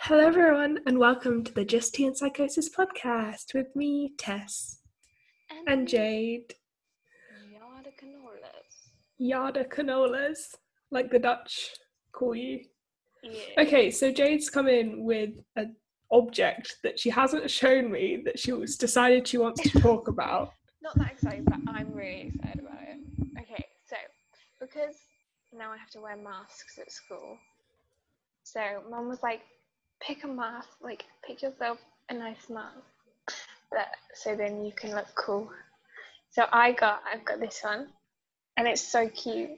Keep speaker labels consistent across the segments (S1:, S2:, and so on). S1: Hello, everyone, and welcome to the Just Tea and Psychosis podcast with me, Tess, and Jade.
S2: Yada canolas.
S1: Yada canolas, like the Dutch call you.
S2: Yeah.
S1: Okay, so Jade's come in with an object that she hasn't shown me that she was decided she wants to talk about.
S2: Not that exciting, but I'm really excited about it. Okay, so because now I have to wear masks at school, so mum was like, pick a mask, like pick yourself a nice mask, that so then you can look cool. So I got, I've got this one, and it's so cute,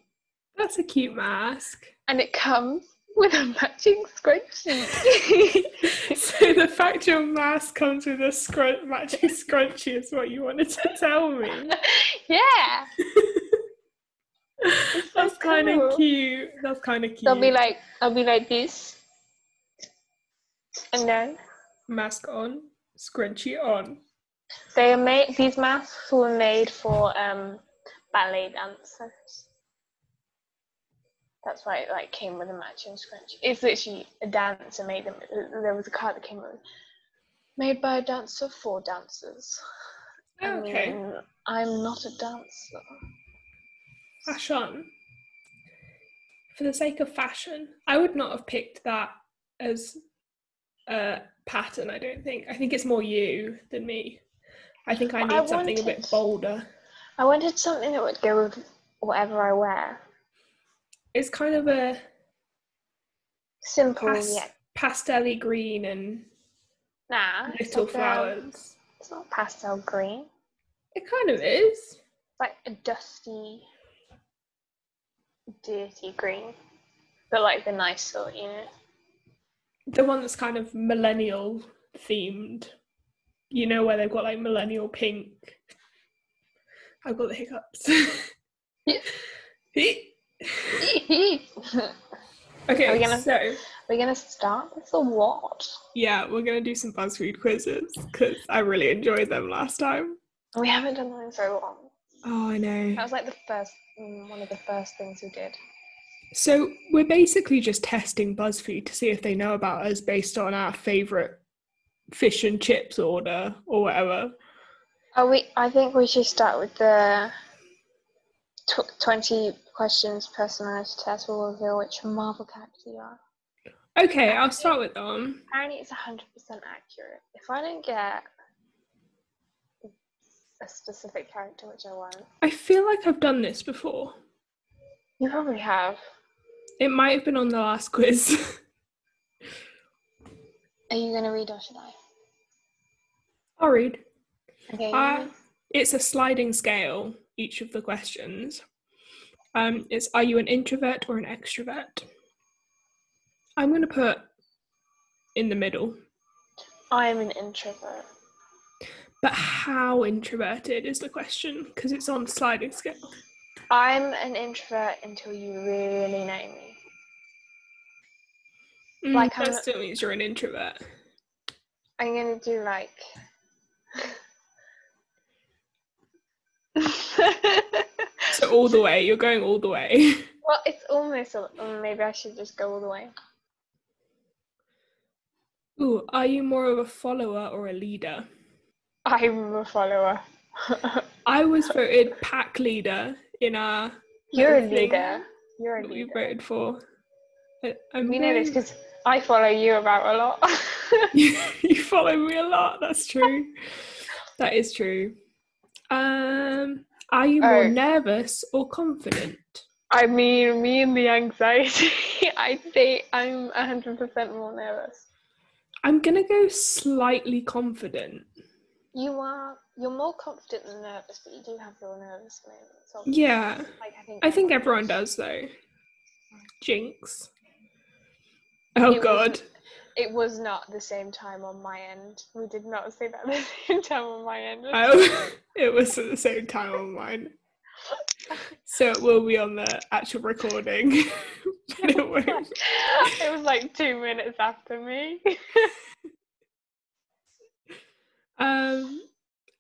S1: That's a cute mask.
S2: and it comes with a matching scrunchie.
S1: so the fact your mask comes with a scrunch matching scrunchie is what you wanted to tell me.
S2: yeah. so
S1: That's kind of
S2: cool.
S1: cute. That's kind of cute.
S2: They'll be like, I'll be like this, and then
S1: mask on, scrunchie on.
S2: they are made. These masks were made for um, ballet dancers. That's why it like came with a matching scrunchie. It's literally a dancer made them. There was a card that came with, made by a dancer for dancers. I
S1: Oh, Okay.
S2: mean, I'm not a dancer.
S1: Fashion. For the sake of fashion, I would not have picked that as a pattern, I don't think. I think it's more you than me. I think I
S2: Well,
S1: need
S2: I
S1: something a bit
S2: wanted-
S1: bolder.
S2: I wanted something that would go with whatever I wear.
S1: It's kind of a
S2: Simple
S1: pas-
S2: yet
S1: pastel green and
S2: nah. it's
S1: little
S2: like, um,
S1: flowers.
S2: It's not pastel green.
S1: It kind of is.
S2: It's like a dusty, dirty green, but like the nice sort, you know.
S1: The one that's kind of millennial themed. You know where they've got like millennial pink. I've got the hiccups.
S2: Yeah.
S1: Okay,
S2: Are we gonna-
S1: so
S2: We're gonna start with the what?
S1: yeah, we're gonna do some BuzzFeed quizzes because I really enjoyed them last time.
S2: We haven't done them in so long.
S1: Oh, I
S2: That
S1: know.
S2: was like the first, mm, one of the first things we did.
S1: So we're basically just testing BuzzFeed to see if they know about us based on our favorite fish and chips order or whatever.
S2: Oh, we. I think we should start with the tw- twenty questions personality test. will reveal which Marvel character you are.
S1: Okay, I'll start with them.
S2: Apparently, it's 100% accurate. If I don't get a specific character, which I want,
S1: I feel like I've done this before.
S2: you probably have.
S1: It might have been on the last quiz.
S2: Are you going to read or should I?
S1: I'll read.
S2: Okay. you
S1: Uh,
S2: read.
S1: it's a sliding scale, each of the questions. Um, it's are you an introvert or an extrovert? I'm going to put in the middle,
S2: I am an introvert.
S1: but how introverted is the question because it's on sliding scale.
S2: I'm an introvert until you really know me.
S1: Mm,
S2: Like,
S1: that
S2: I'm-
S1: still means you're an introvert.
S2: I'm going to do like.
S1: So all the way, you're going all the way.
S2: well, it's almost. A, mm, maybe I should just go all the way.
S1: Ooh, are you more of a follower or a leader?
S2: I'm a follower.
S1: I was voted pack leader in our
S2: You're a
S1: Little thing
S2: leader. You're a
S1: what
S2: leader.
S1: we voted for. I, I'm
S2: We know this
S1: very-
S2: because I follow you about a lot.
S1: you, you follow me a lot. That's true. that is true. Um, are you more
S2: Oh.
S1: nervous or confident?
S2: I mean, me and the anxiety. I say I'm 100% more nervous.
S1: I'm gonna go slightly confident.
S2: You are. You're more confident than nervous, but you do have your nervous moments. So,
S1: Yeah,
S2: Like, I think.
S1: I think everyone does though. Jinx. Oh
S2: It
S1: God.
S2: was- It was not the same time on my end. We did not say that at the same time on my end.
S1: Oh, it was at the same time on mine. So it will be on the actual recording, but it won't
S2: it was like two minutes after me.
S1: Um,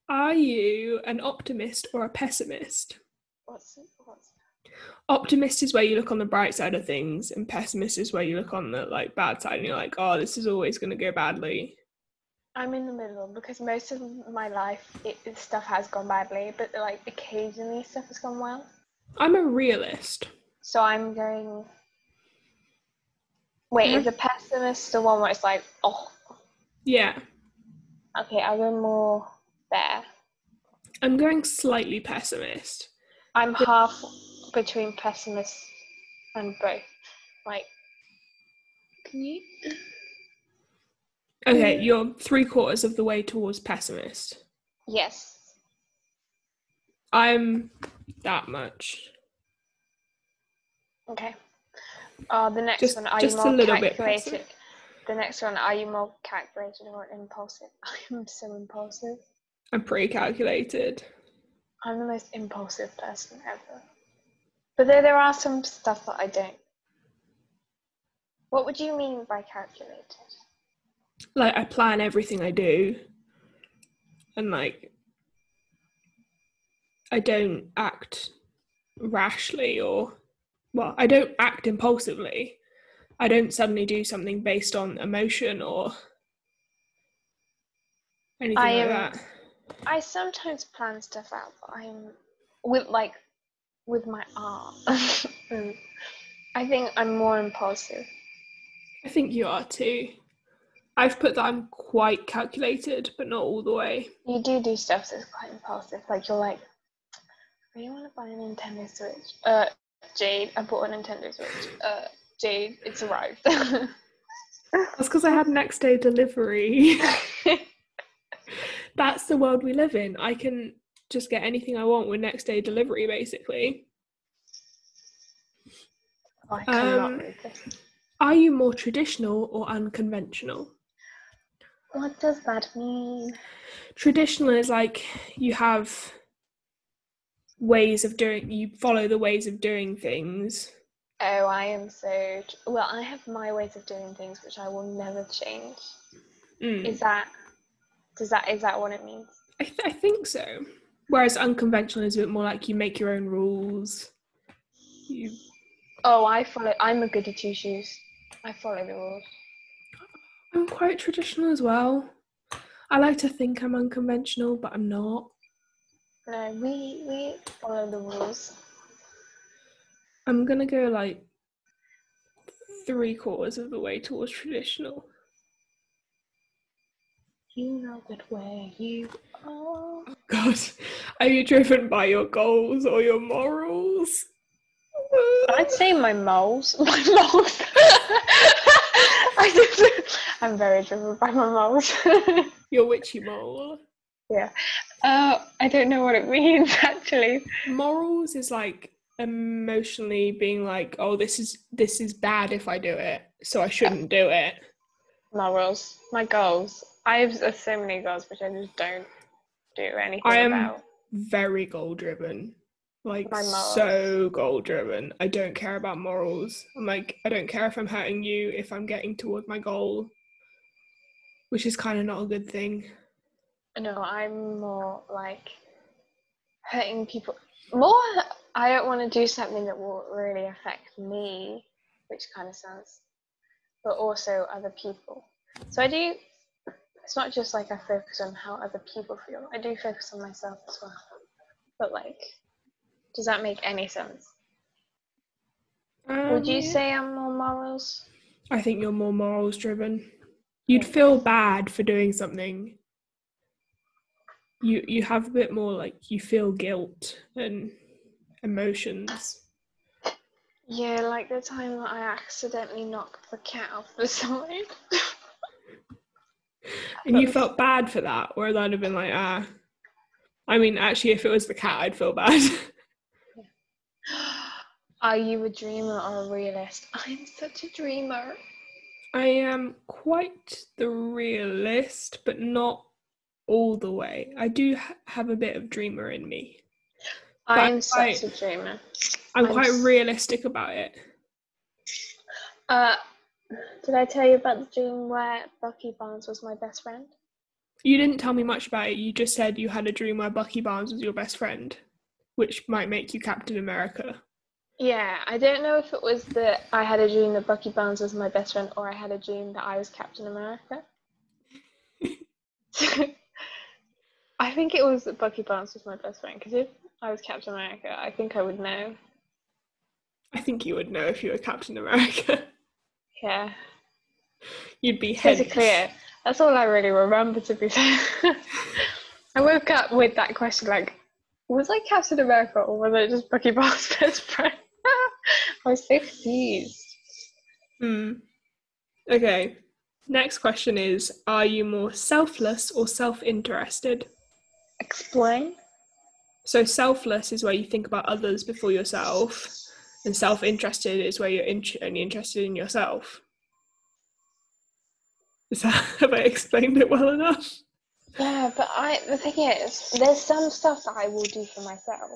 S1: are you an optimist or a pessimist?
S2: What's what's
S1: optimist is where you look on the bright side of things, and pessimist is where you look on the like bad side, and you're like, oh, this is always going to go badly.
S2: I'm in the middle because most of my life it, it- stuff has gone badly, but like occasionally stuff has gone well.
S1: I'm a realist.
S2: So I'm going. Wait,
S1: Hmm?
S2: is a pessimist the one where it's like, oh,
S1: Yeah,
S2: okay, I'll go more there.
S1: I'm going slightly pessimist.
S2: I'm half between pessimist and both. Like, can you?
S1: Okay, you're three quarters of the way towards pessimist.
S2: Yes.
S1: I'm that much.
S2: Okay. Uh, the next
S1: Just-
S2: one, are
S1: just
S2: you
S1: a
S2: more
S1: little bit
S2: calculated?
S1: passive.
S2: the next one, are you more calculated or impulsive? I am so impulsive.
S1: I'm pretty calculated.
S2: I'm the most impulsive person ever. But there, there are some stuff that I don't. What would you mean by calculated?
S1: Like I plan everything I do, and like I don't act rashly or well, I don't act impulsively. I don't suddenly do something based on emotion or anything
S2: I
S1: like
S2: am-
S1: that.
S2: I sometimes plan stuff out, but I'm with like with my art. Mm. I think I'm more impulsive.
S1: I think you are too. I've put that I'm quite calculated, but not all the way.
S2: You do do stuff that's quite impulsive. Like you're like, I really want to buy a Nintendo Switch. Uh, Jade, I bought a Nintendo Switch. Uh, Jade, it's arrived. Oh,
S1: That's because I had next day delivery. That's the world we live in. I can just get anything I want with next day delivery, basically.
S2: I cannot
S1: Um,
S2: read this.
S1: Are you more traditional or unconventional?
S2: What does that mean?
S1: Traditional is like you have ways of doing, you follow the ways of doing things.
S2: Oh, I am so tr- well. I have my ways of doing things, which I will never change.
S1: Mm.
S2: Is that does that is that what it means?
S1: I, th- I think so. Whereas unconventional is a bit more like you make your own rules. You,
S2: Oh, I follow. I'm a goody two shoes. I follow the rules.
S1: I'm quite traditional as well. I like to think I'm unconventional, but I'm not.
S2: No, we we follow the rules.
S1: I'm gonna go like three quarters of the way towards traditional.
S2: You know that where you are.
S1: God, are you driven by your goals or your morals?
S2: I'd say my moles. My moles. I just, I'm very driven by my moles.
S1: Your witchy mole.
S2: uh, I don't know what it means actually.
S1: Morals is like emotionally being like, oh, this is this is bad if I do it, so I shouldn't do it.
S2: Morals. My goals. I have s- so many goals which I just don't do anything
S1: I am-
S2: about.
S1: Very goal driven. Like
S2: My morals.
S1: so goal driven. I don't care about morals. I'm like, I don't care if I'm hurting you, if I'm getting toward my goal. Which is kind of not a good thing.
S2: No, I'm more like hurting people. More, I don't want to do something that will really affect me, which kind of sounds, but also other people. So I do, it's not just like I focus on how other people feel, I do focus on myself as well. But like, does that make any sense? Would you
S1: Um,
S2: say I'm more morals?
S1: I think you're more morals driven. You'd
S2: Yeah.
S1: feel bad for doing something. You you have a bit more like you feel guilt and emotions.
S2: Yeah, like the time that I accidentally knocked the cat off the side.
S1: And you
S2: But-
S1: felt bad for that, whereas I'd have been like, ah. I mean, actually, if it was the cat, I'd feel bad.
S2: Are you a dreamer or a realist? I'm such a dreamer.
S1: I am quite the realist, but not all the way. I do ha- have a bit of dreamer in me.
S2: I'm
S1: That's
S2: such a dreamer.
S1: I'm
S2: I'm
S1: quite
S2: s-
S1: realistic about it.
S2: Uh, did I tell you about the dream where Bucky Barnes was my best friend?
S1: You didn't tell me much about it. You just said you had a dream where Bucky Barnes was your best friend, which might make you Captain America.
S2: Yeah, I don't know if it was that I had a June that Bucky Barnes was my best friend, or I had a June that I was Captain America. I think it was that Bucky Barnes was my best friend because if I was Captain America, I think I would know.
S1: I think you would know if you were Captain America.
S2: Yeah,
S1: You'd be
S2: it's
S1: headless.
S2: clear. That's all I really remember. To be fair, I woke up with that question like, was I Captain America or was I just Bucky Barnes' best friend? I was so confused.
S1: Hmm. Okay. Next question is Are you more selfless or self interested?
S2: Explain.
S1: So, selfless is where you think about others before yourself, and self interested is where you're int- only interested in yourself. Is that, have I explained it well enough?
S2: Yeah, but I the thing is, there's some stuff that I will do for myself,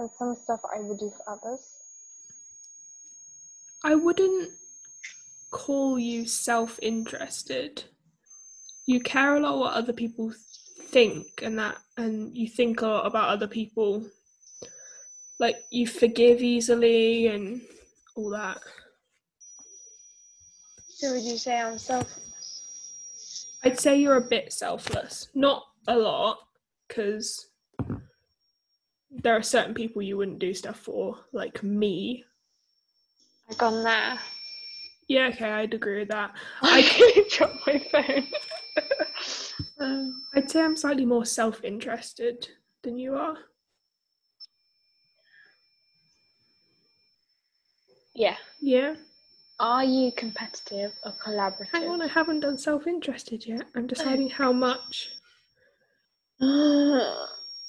S2: and some stuff I will do for others.
S1: I wouldn't call you self interested. You care a lot what other people think and that and you think a lot about other people. Like you forgive easily and all that.
S2: So would you say I'm self?
S1: I'd say you're a bit selfless. Not a lot, because there are certain people you wouldn't do stuff for, like me.
S2: I've gone there.
S1: Yeah, okay, I'd agree with that.
S2: I could drop my phone. um,
S1: I'd say I'm slightly more self interested than you are.
S2: yeah.
S1: Yeah.
S2: Are you competitive or
S1: Hang on,
S2: collaborative?
S1: I haven't done self interested yet. I'm deciding how much.
S2: oh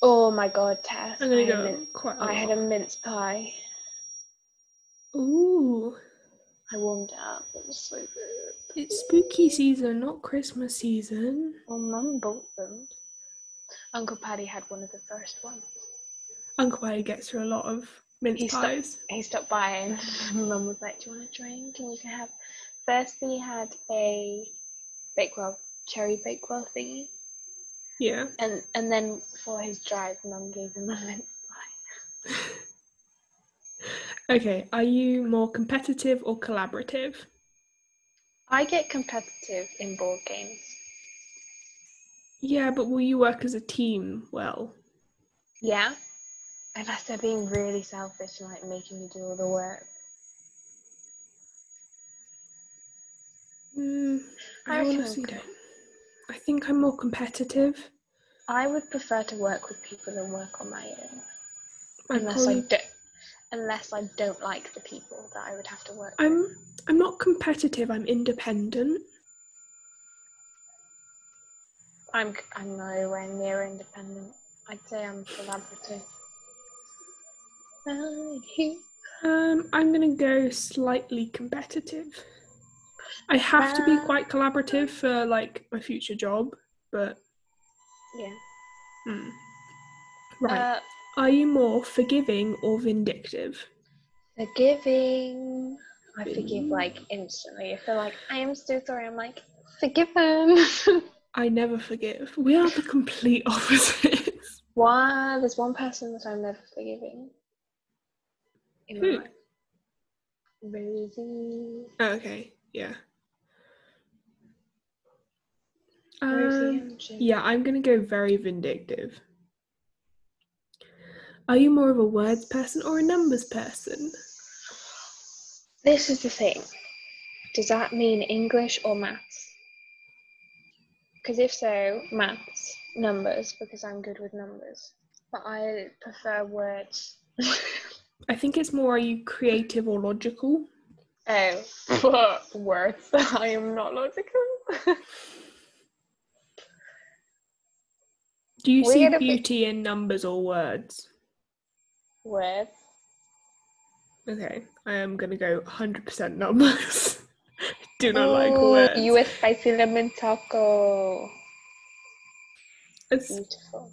S2: my god, Tess!
S1: I'm gonna
S2: I had a
S1: go
S2: min-
S1: quite a
S2: I had
S1: lot.
S2: a mince pie.
S1: Ooh,
S2: I warmed up. It was so good.
S1: it's spooky season, not Christmas season.
S2: Well, Mum bought them. Uncle Paddy had one of the first ones.
S1: Uncle Paddy gets her a lot of mince
S2: He's got-
S1: pies.
S2: He stopped by and Mum was like, "Do you want a drink?" And you can have. First, he had a bakewell cherry bakewell thingy,
S1: Yeah.
S2: and and then for his drive, Mum gave him a mince pie.
S1: Okay, are you more competitive or collaborative?
S2: I get competitive in board games.
S1: Yeah, but will you work as a team well?
S2: Yeah. Unless they're being really selfish and like making me do all the work.
S1: Mm, I,
S2: I reckon
S1: honestly
S2: I'm
S1: don't. I think I'm more competitive.
S2: I would prefer to work with people than work on my own.
S1: I'm
S2: unless I
S1: probably-
S2: do, unless I don't like the people that I would have to work. with.
S1: I'm I'm not competitive. I'm independent.
S2: I'm c- I'm nowhere near independent. I'd say I'm collaborative. Are you-
S1: Um, I'm gonna go slightly competitive. I have to be
S2: Uh,
S1: quite collaborative for like my future job, but
S2: Yeah.
S1: mm. right.
S2: Uh,
S1: Are you more forgiving or vindictive?
S2: forgiving. I forgive
S1: Mm.
S2: like instantly. If they're like, I am so sorry, I'm like, forgiven.
S1: I never forgive. We are the complete opposites.
S2: Why? There's one person that I'm never forgiving. In my
S1: Who?
S2: life. Rosie.
S1: Oh, okay, yeah.
S2: Rosie
S1: Um,
S2: and Jim.
S1: yeah, I'm gonna go very vindictive. Are you more of a words person or a numbers person?
S2: This is the thing. Does that mean English or maths? Because if so, maths, numbers, because I'm good with numbers. But I prefer words.
S1: I think it's more are you creative or logical?
S2: oh, but words. I am not logical.
S1: Do you
S2: We're
S1: see
S2: gonna be-
S1: beauty in numbers or words?
S2: words.
S1: Okay, I am gonna go 100% numbers. Do not like words.
S2: You a spicy lemon taco.
S1: It's-
S2: Beautiful.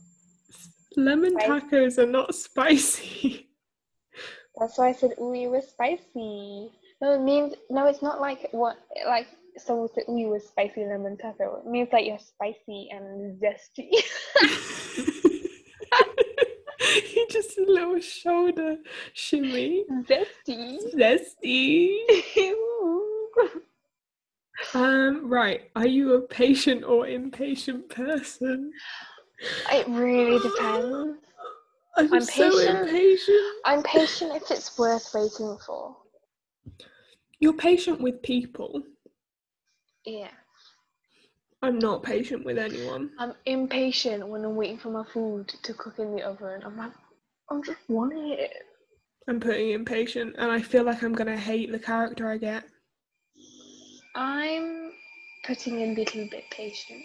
S1: lemon
S2: Spice.
S1: tacos are not spicy.
S2: That's why I said, ooh, you were spicy. No, it means, no, it's not like what, like someone said, ooh, you were spicy lemon taco. It means like you're spicy and zesty.
S1: you Just a little shoulder shimmy.
S2: Zesty.
S1: Zesty. Um, right. Are you a patient or impatient person?
S2: it really depends.
S1: I'm,
S2: I'm
S1: so
S2: patient.
S1: impatient.
S2: I'm patient if it's worth waiting for.
S1: You're patient with people.
S2: Yeah.
S1: I'm not patient with anyone.
S2: I'm impatient when I'm waiting for my food to cook in the oven. I'm like, I'm just wanting it.
S1: I'm putting impatient, and I feel like I'm gonna hate the character I get.
S2: I'm putting in a little bit patient.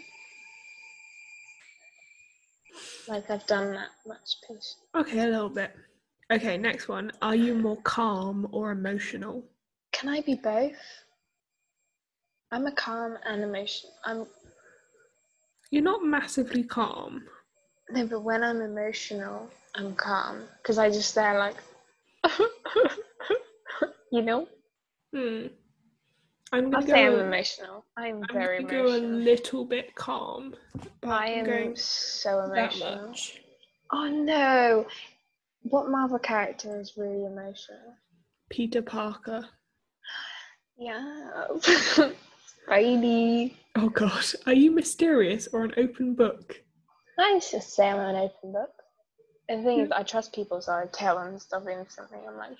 S2: Like I've done that much patient.
S1: Okay, a little bit. Okay, next one. Are you more calm or emotional?
S2: Can I be both? I'm a calm and emotional. I'm
S1: You're not massively calm.
S2: no, but when I'm emotional, I'm calm because I just there like, you know.
S1: Hmm. I'm
S2: I'll
S1: gonna
S2: say I'm
S1: go.
S2: emotional. I'm,
S1: I'm
S2: very
S1: gonna go a
S2: emotional.
S1: little bit calm. but
S2: I
S1: I'm
S2: am
S1: going
S2: so
S1: that
S2: emotional.
S1: much.
S2: Oh no! What Marvel character is really emotional?
S1: Peter Parker.
S2: Yeah, Spidey.
S1: Oh god, are you mysterious or an open book?
S2: I used to say I'm an open book. The thing is, I trust people, so I tell them stuff instantly. I'm like,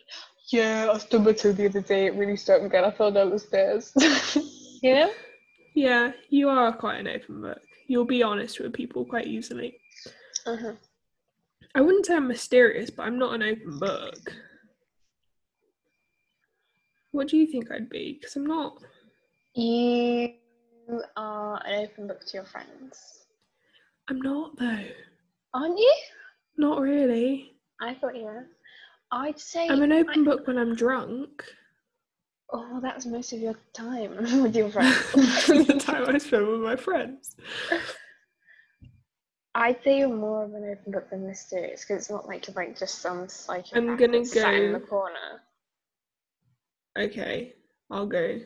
S2: yeah, I stumbled to the other day. It really struck me. and I fell down the stairs. you know?
S1: Yeah, you are quite an open book. You'll be honest with people quite easily.
S2: hmm
S1: I wouldn't say I'm mysterious, but I'm not an open book. What do you think I'd be? Because I'm not.
S2: You are an open book to your friends,
S1: I'm not though.
S2: aren't you?
S1: Not really.
S2: I thought you were. I'd say.
S1: I'm an open book when I'm drunk.
S2: Oh, that's most of your time with your
S1: Most of the
S2: friends.
S1: time I spend with my friends.
S2: I'd say you're more of an open book than mysterious because it's not like you're like just some psychic
S1: I'm gonna
S2: sat in the
S1: go-
S2: corner.
S1: Okay, I'll go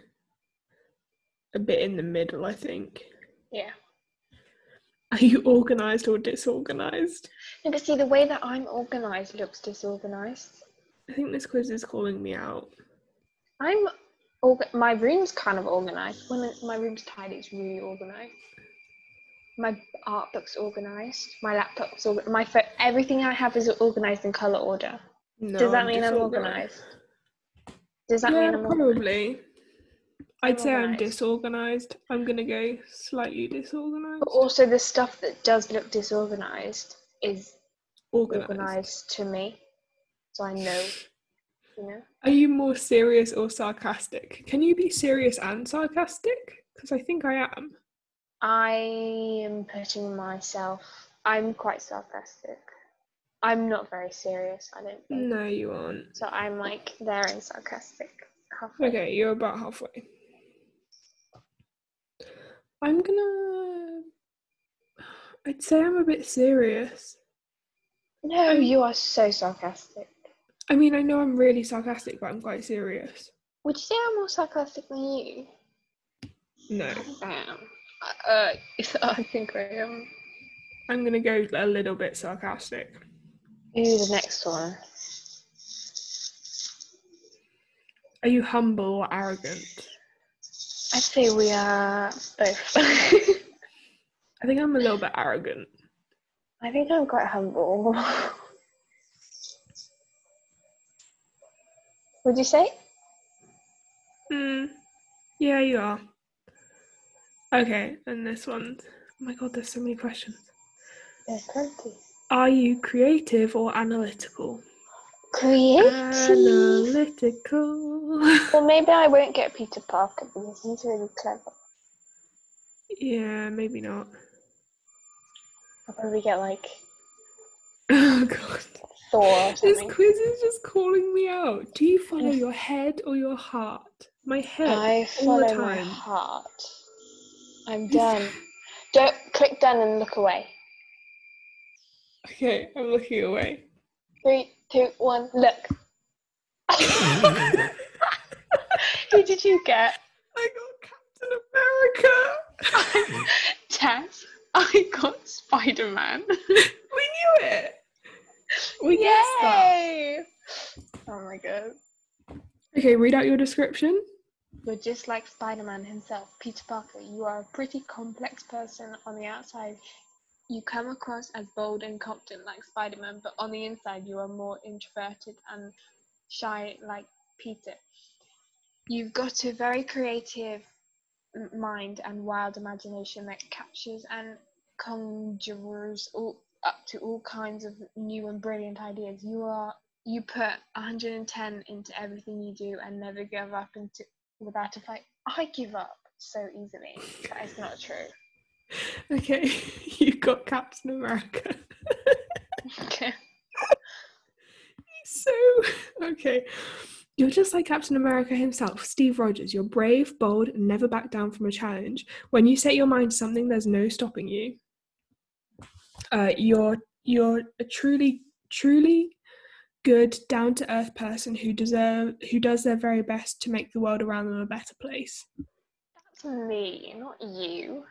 S1: a bit in the middle, I think.
S2: Yeah.
S1: Are you organised or disorganised?
S2: No, but see, the way that I'm organized looks disorganized.
S1: I think this quiz is calling me out.
S2: I'm org- my room's kind of organized. When it- my room's tidy, it's really organized. My art book's organized. My laptop's org- my pho- everything I have is organized in color order.
S1: No,
S2: Does that
S1: I'm
S2: mean I'm
S1: disorganised.
S2: organized? Does that
S1: yeah,
S2: mean I'm organized?
S1: probably. I'd say I'm
S2: organised.
S1: disorganized. I'm gonna go slightly disorganized.
S2: But also, the stuff that does look disorganized is
S1: Organized.
S2: organized to me, so I know. You know,
S1: Are you more serious or sarcastic? Can you be serious and sarcastic? Because I think I am.
S2: I am putting myself. I'm quite sarcastic. I'm not very serious. I don't think
S1: No, you aren't.
S2: so. I'm like there and sarcastic. halfway.
S1: Okay, you're about halfway. I'm gonna. I'd say I'm a bit serious.
S2: No, you are so sarcastic.
S1: I mean, I know I'm really sarcastic, but I'm quite serious.
S2: Would you say I'm more sarcastic than you?
S1: No,
S2: I am. Uh, I think I am.
S1: I'm gonna go a little bit sarcastic.
S2: Ooh, the next one.
S1: Are you humble or arrogant?
S2: I'd say we are both.
S1: I think I'm a little bit arrogant.
S2: I think I'm quite humble. Would you say?
S1: Mm. Yeah, you are. Okay, and this one. Oh my god, there's so many questions.
S2: There's plenty.
S1: Are you creative or analytical?
S2: Creative.
S1: Analytical.
S2: Well, maybe I won't get Peter Parker because he's really clever.
S1: yeah, maybe not.
S2: I'll probably get like
S1: Oh god.
S2: Thor or
S1: This
S2: something.
S1: quiz is just calling me out. Do you follow your head or your heart? My head.
S2: I
S1: all the
S2: follow my
S1: time.
S2: heart. I'm done. Don't click done and look away.
S1: Okay, I'm looking away.
S2: Three, two, one, look. Who did you get?
S1: I got Captain America.
S2: Tess. I got Spider Man.
S1: we knew it. We guessed that.
S2: Yay! Oh my god.
S1: Okay, read out your description.
S2: You're just like Spider Man himself, Peter Parker. You are a pretty complex person on the outside. You come across as bold and confident like Spider Man, but on the inside, you are more introverted and shy like Peter. You've got a very creative m- mind and wild imagination that captures and conjures all, up to all kinds of new and brilliant ideas. You are you put 110 into everything you do and never give up into without a fight. I give up so easily. That is not true.
S1: Okay, you got Captain America.
S2: Okay.
S1: So, okay. You're just like Captain America himself, Steve Rogers. You're brave, bold, and never back down from a challenge. When you set your mind to something, there's no stopping you. Uh, you're you're a truly, truly good, down to earth person who deserve who does their very best to make the world around them a better place.
S2: That's me, not you.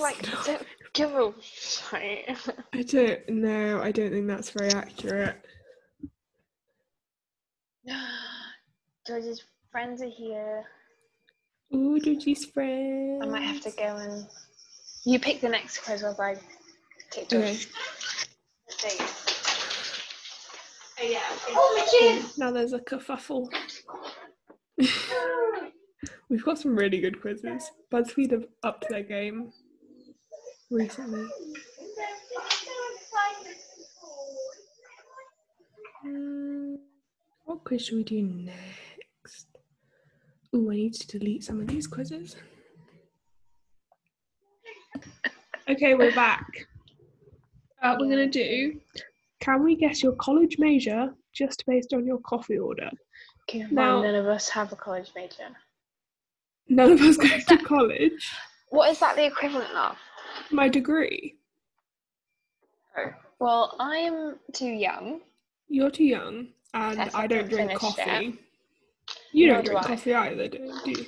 S2: like, don't give a shit.
S1: I don't know. I don't think that's very accurate.
S2: George's friends are here.
S1: Ooh, Georgie's friend.
S2: I might have to go and. You pick the next quiz while I take
S1: Okay.
S2: George. There you go. Oh, yeah. Oh, my
S1: Now there's a kerfuffle.
S2: chin!
S1: We've got some really good quizzes. BuzzFeed have upped their game recently. Hmm, what quiz should we do next? Oh, I need to delete some of these quizzes. Okay, we're back. Uh, we're going to do Can we guess your college major just based on your coffee order?
S2: Okay,
S1: Now-
S2: well, none of us have a college major.
S1: None of us go to college.
S2: What is that the equivalent of?
S1: My degree.
S2: Oh, Well, I'm too young.
S1: You're too young, and
S2: Yes,
S1: I
S2: I
S1: don't
S2: haven't
S1: drink
S2: finished
S1: coffee.
S2: it.
S1: You
S2: Nor
S1: don't
S2: do
S1: drink
S2: I.
S1: coffee either, do you? Do you?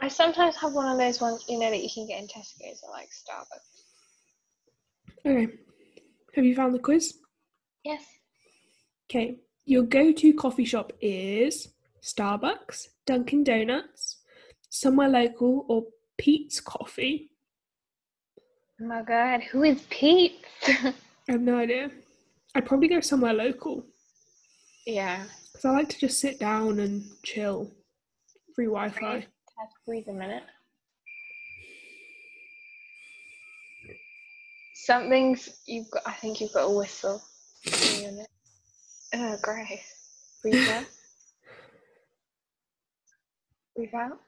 S2: I sometimes have one of those ones, you know, that you can get in Tesco's or like Starbucks.
S1: Okay. Have you found the quiz?
S2: Yes.
S1: Okay. Your go to coffee shop is Starbucks, Dunkin' Donuts, somewhere local, or Pete's Coffee.
S2: Oh my god, who is Pete?
S1: I have no idea. I'd probably go somewhere local
S2: yeah.
S1: because I like to just sit down and chill. Free Wi Fi.
S2: Right. Have to breathe a minute. Something's you've got. I think you've got a whistle. Hang on a minute. Oh, great. Breathe out. Breathe out.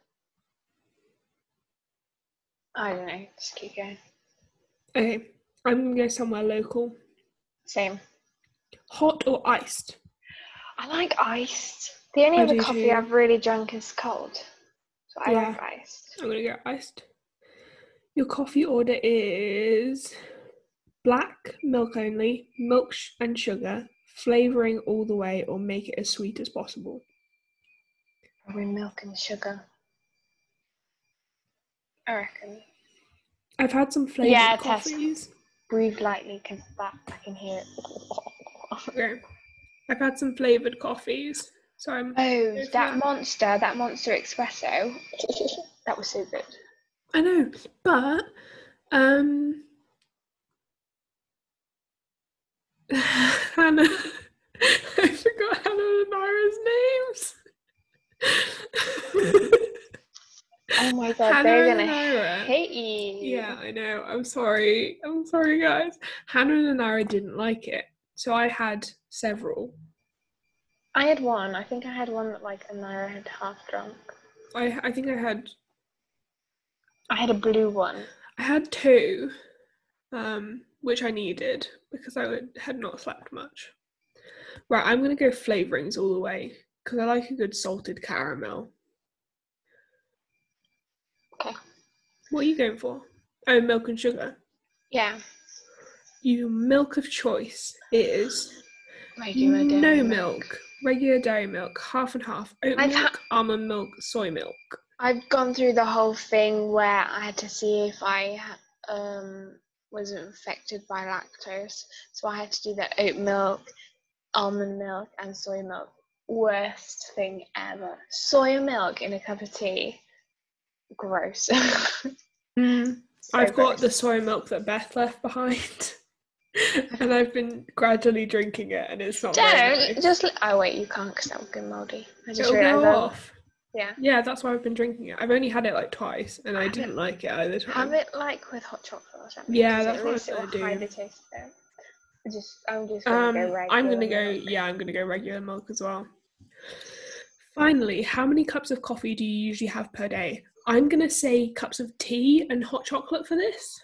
S2: I don't know. Just keep going.
S1: Okay. I'm going to go somewhere local.
S2: Same.
S1: Hot or iced?
S2: I like iced. The only
S1: I
S2: other
S1: do
S2: coffee
S1: too.
S2: I've really drunk is cold. So I
S1: Yeah.
S2: like iced.
S1: I'm gonna go iced. Your coffee order is black, milk only, milk sh- and sugar, flavoring all the way, or make it as sweet as possible.
S2: Probably milk and sugar. I reckon.
S1: I've had some flavored
S2: Yeah, Tess.
S1: coffees.
S2: breathe lightly because that I can hear it. Oh,
S1: Okay. I've had some flavored coffees, so I'm.
S2: Oh,
S1: It's
S2: that
S1: not-
S2: monster, that monster espresso. that was so good.
S1: I know, but um, Hannah. I forgot Hannah and Ira's names.
S2: Oh my god,
S1: Hannah
S2: they're
S1: and
S2: gonna
S1: Ira.
S2: hate you.
S1: Yeah, I know. I'm sorry. I'm sorry, guys. Hannah and Nara didn't like it, so I had several.
S2: I had one. I think I had one that like Amira had half drunk.
S1: I I think I had
S2: I had a blue one.
S1: I had two, um, which I needed because I would, had not slept much. Right, I'm gonna go flavorings all the way because I like a good salted caramel.
S2: Okay.
S1: What are you going for? Oh, milk and sugar.
S2: Yeah.
S1: Your milk of choice is
S2: Regular
S1: No
S2: dairy
S1: milk. regular dairy milk, half and half, oat
S2: I've
S1: milk,
S2: ha-
S1: almond milk, soy milk.
S2: I've gone through the whole thing where I had to see if I um was infected by lactose, so I had to do the oat milk, almond milk and soy milk. Worst thing ever. Soy milk in a cup of tea. Gross. So
S1: Mm, I've got
S2: gross.
S1: the soy milk that Beth left behind, and I've been gradually drinking it, and it's not. very
S2: Don't
S1: nice.
S2: just. li- Oh wait, you can't because that would get mouldy. I just
S1: It'll
S2: realised
S1: go
S2: that.
S1: off.
S2: Yeah.
S1: Yeah, that's why I've been drinking it. I've only had it like twice, and I
S2: Have it-
S1: didn't like it either time.
S2: Have it like with hot chocolate or something.
S1: Yeah,
S2: 'cause
S1: that's
S2: at
S1: what I
S2: least it
S1: was
S2: will
S1: gonna
S2: hide
S1: do.
S2: the taste though. Just, I'm just gonna
S1: um,
S2: go right.
S1: I'm gonna go. Yeah, I'm gonna go regular milk as well. Finally, how many cups of coffee do you usually have per day? I'm gonna say cups of tea and hot chocolate for this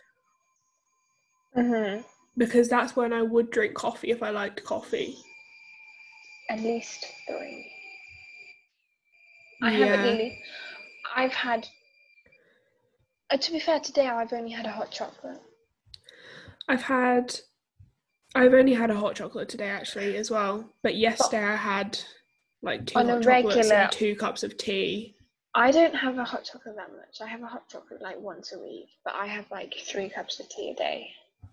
S1: Mm-hmm.
S2: hmm
S1: because that's when I would drink coffee if I liked coffee.
S2: At least three. I haven't really. I've had. Uh, to be fair, today I've only had a hot chocolate.
S1: I've had I've only had a hot chocolate today actually as well. But yesterday I had like two
S2: On a
S1: hot chocolates
S2: regular-
S1: and two cups of tea.
S2: I don't have a hot chocolate that much. I have a hot chocolate like once a week, but I have like three cups of tea a day.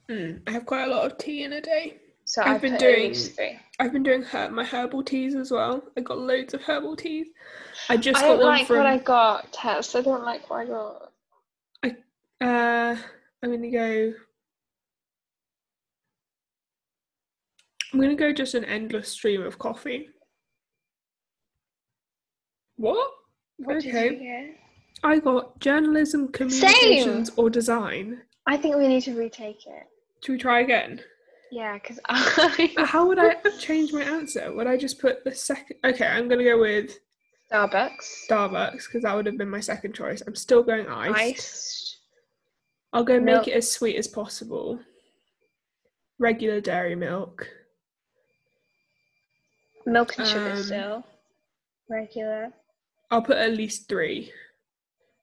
S1: Mm, I have quite a lot of tea in a day.
S2: So
S1: I've
S2: I
S1: been
S2: put at least three.
S1: I've been doing her- my herbal teas as well. I got loads of herbal teas. I just
S2: I
S1: got
S2: don't
S1: one
S2: like
S1: from
S2: what I got, Tess. I don't like what I got.
S1: uh I'm gonna go I'm gonna go just an endless stream of coffee. What?
S2: What did
S1: Okay.
S2: you get?
S1: I got journalism, communications, or design.
S2: I think we need to retake it.
S1: Should we try again?
S2: Yeah, because I
S1: Uh, How would I change my answer? Would I just put the second? Okay, I'm gonna go with
S2: Starbucks
S1: Starbucks because that would have been my second choice. I'm still going iced.
S2: iced
S1: I'll go
S2: Milk.
S1: make it as sweet as possible. Regular dairy milk.
S2: milk and sugar
S1: Um,
S2: still regular.
S1: I'll put at least three.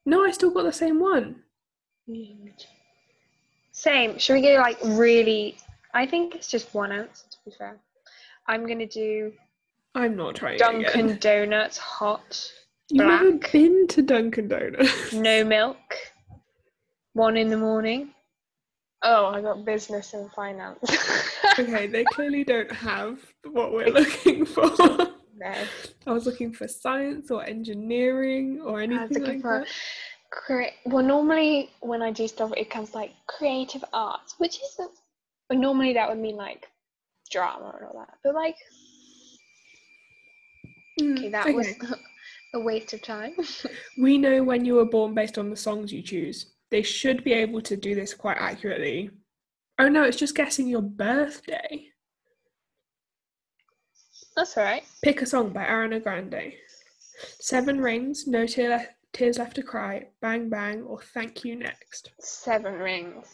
S1: No, I still got the same one.
S2: Same. Should we go like really? I think it's just one ounce to be fair. I'm gonna do
S1: I'm not trying Dunkin'.
S2: Dunkin'
S1: again.
S2: Donuts hot,
S1: You haven't
S2: Black.
S1: been to Dunkin' Donuts.
S2: no milk, one in the morning. Oh, I got business and finance.
S1: Okay, they clearly don't have what we're looking for.
S2: no,
S1: I was looking for science or engineering or
S2: I was
S1: anything
S2: looking
S1: like
S2: for
S1: that.
S2: Cre- well, normally when I do stuff, it comes like creative arts, which isn't. But normally that would mean like drama and all that. But like,
S1: Mm,
S2: okay, that was a waste of time.
S1: We know when you were born based on the songs you choose. They should be able to do this quite accurately. Oh no, it's just guessing your birthday.
S2: That's all right.
S1: Pick a song by Ariana Grande. Seven Rings, No Tear Le- Tears Left to Cry, Bang Bang, or Thank You Next.
S2: Seven rings.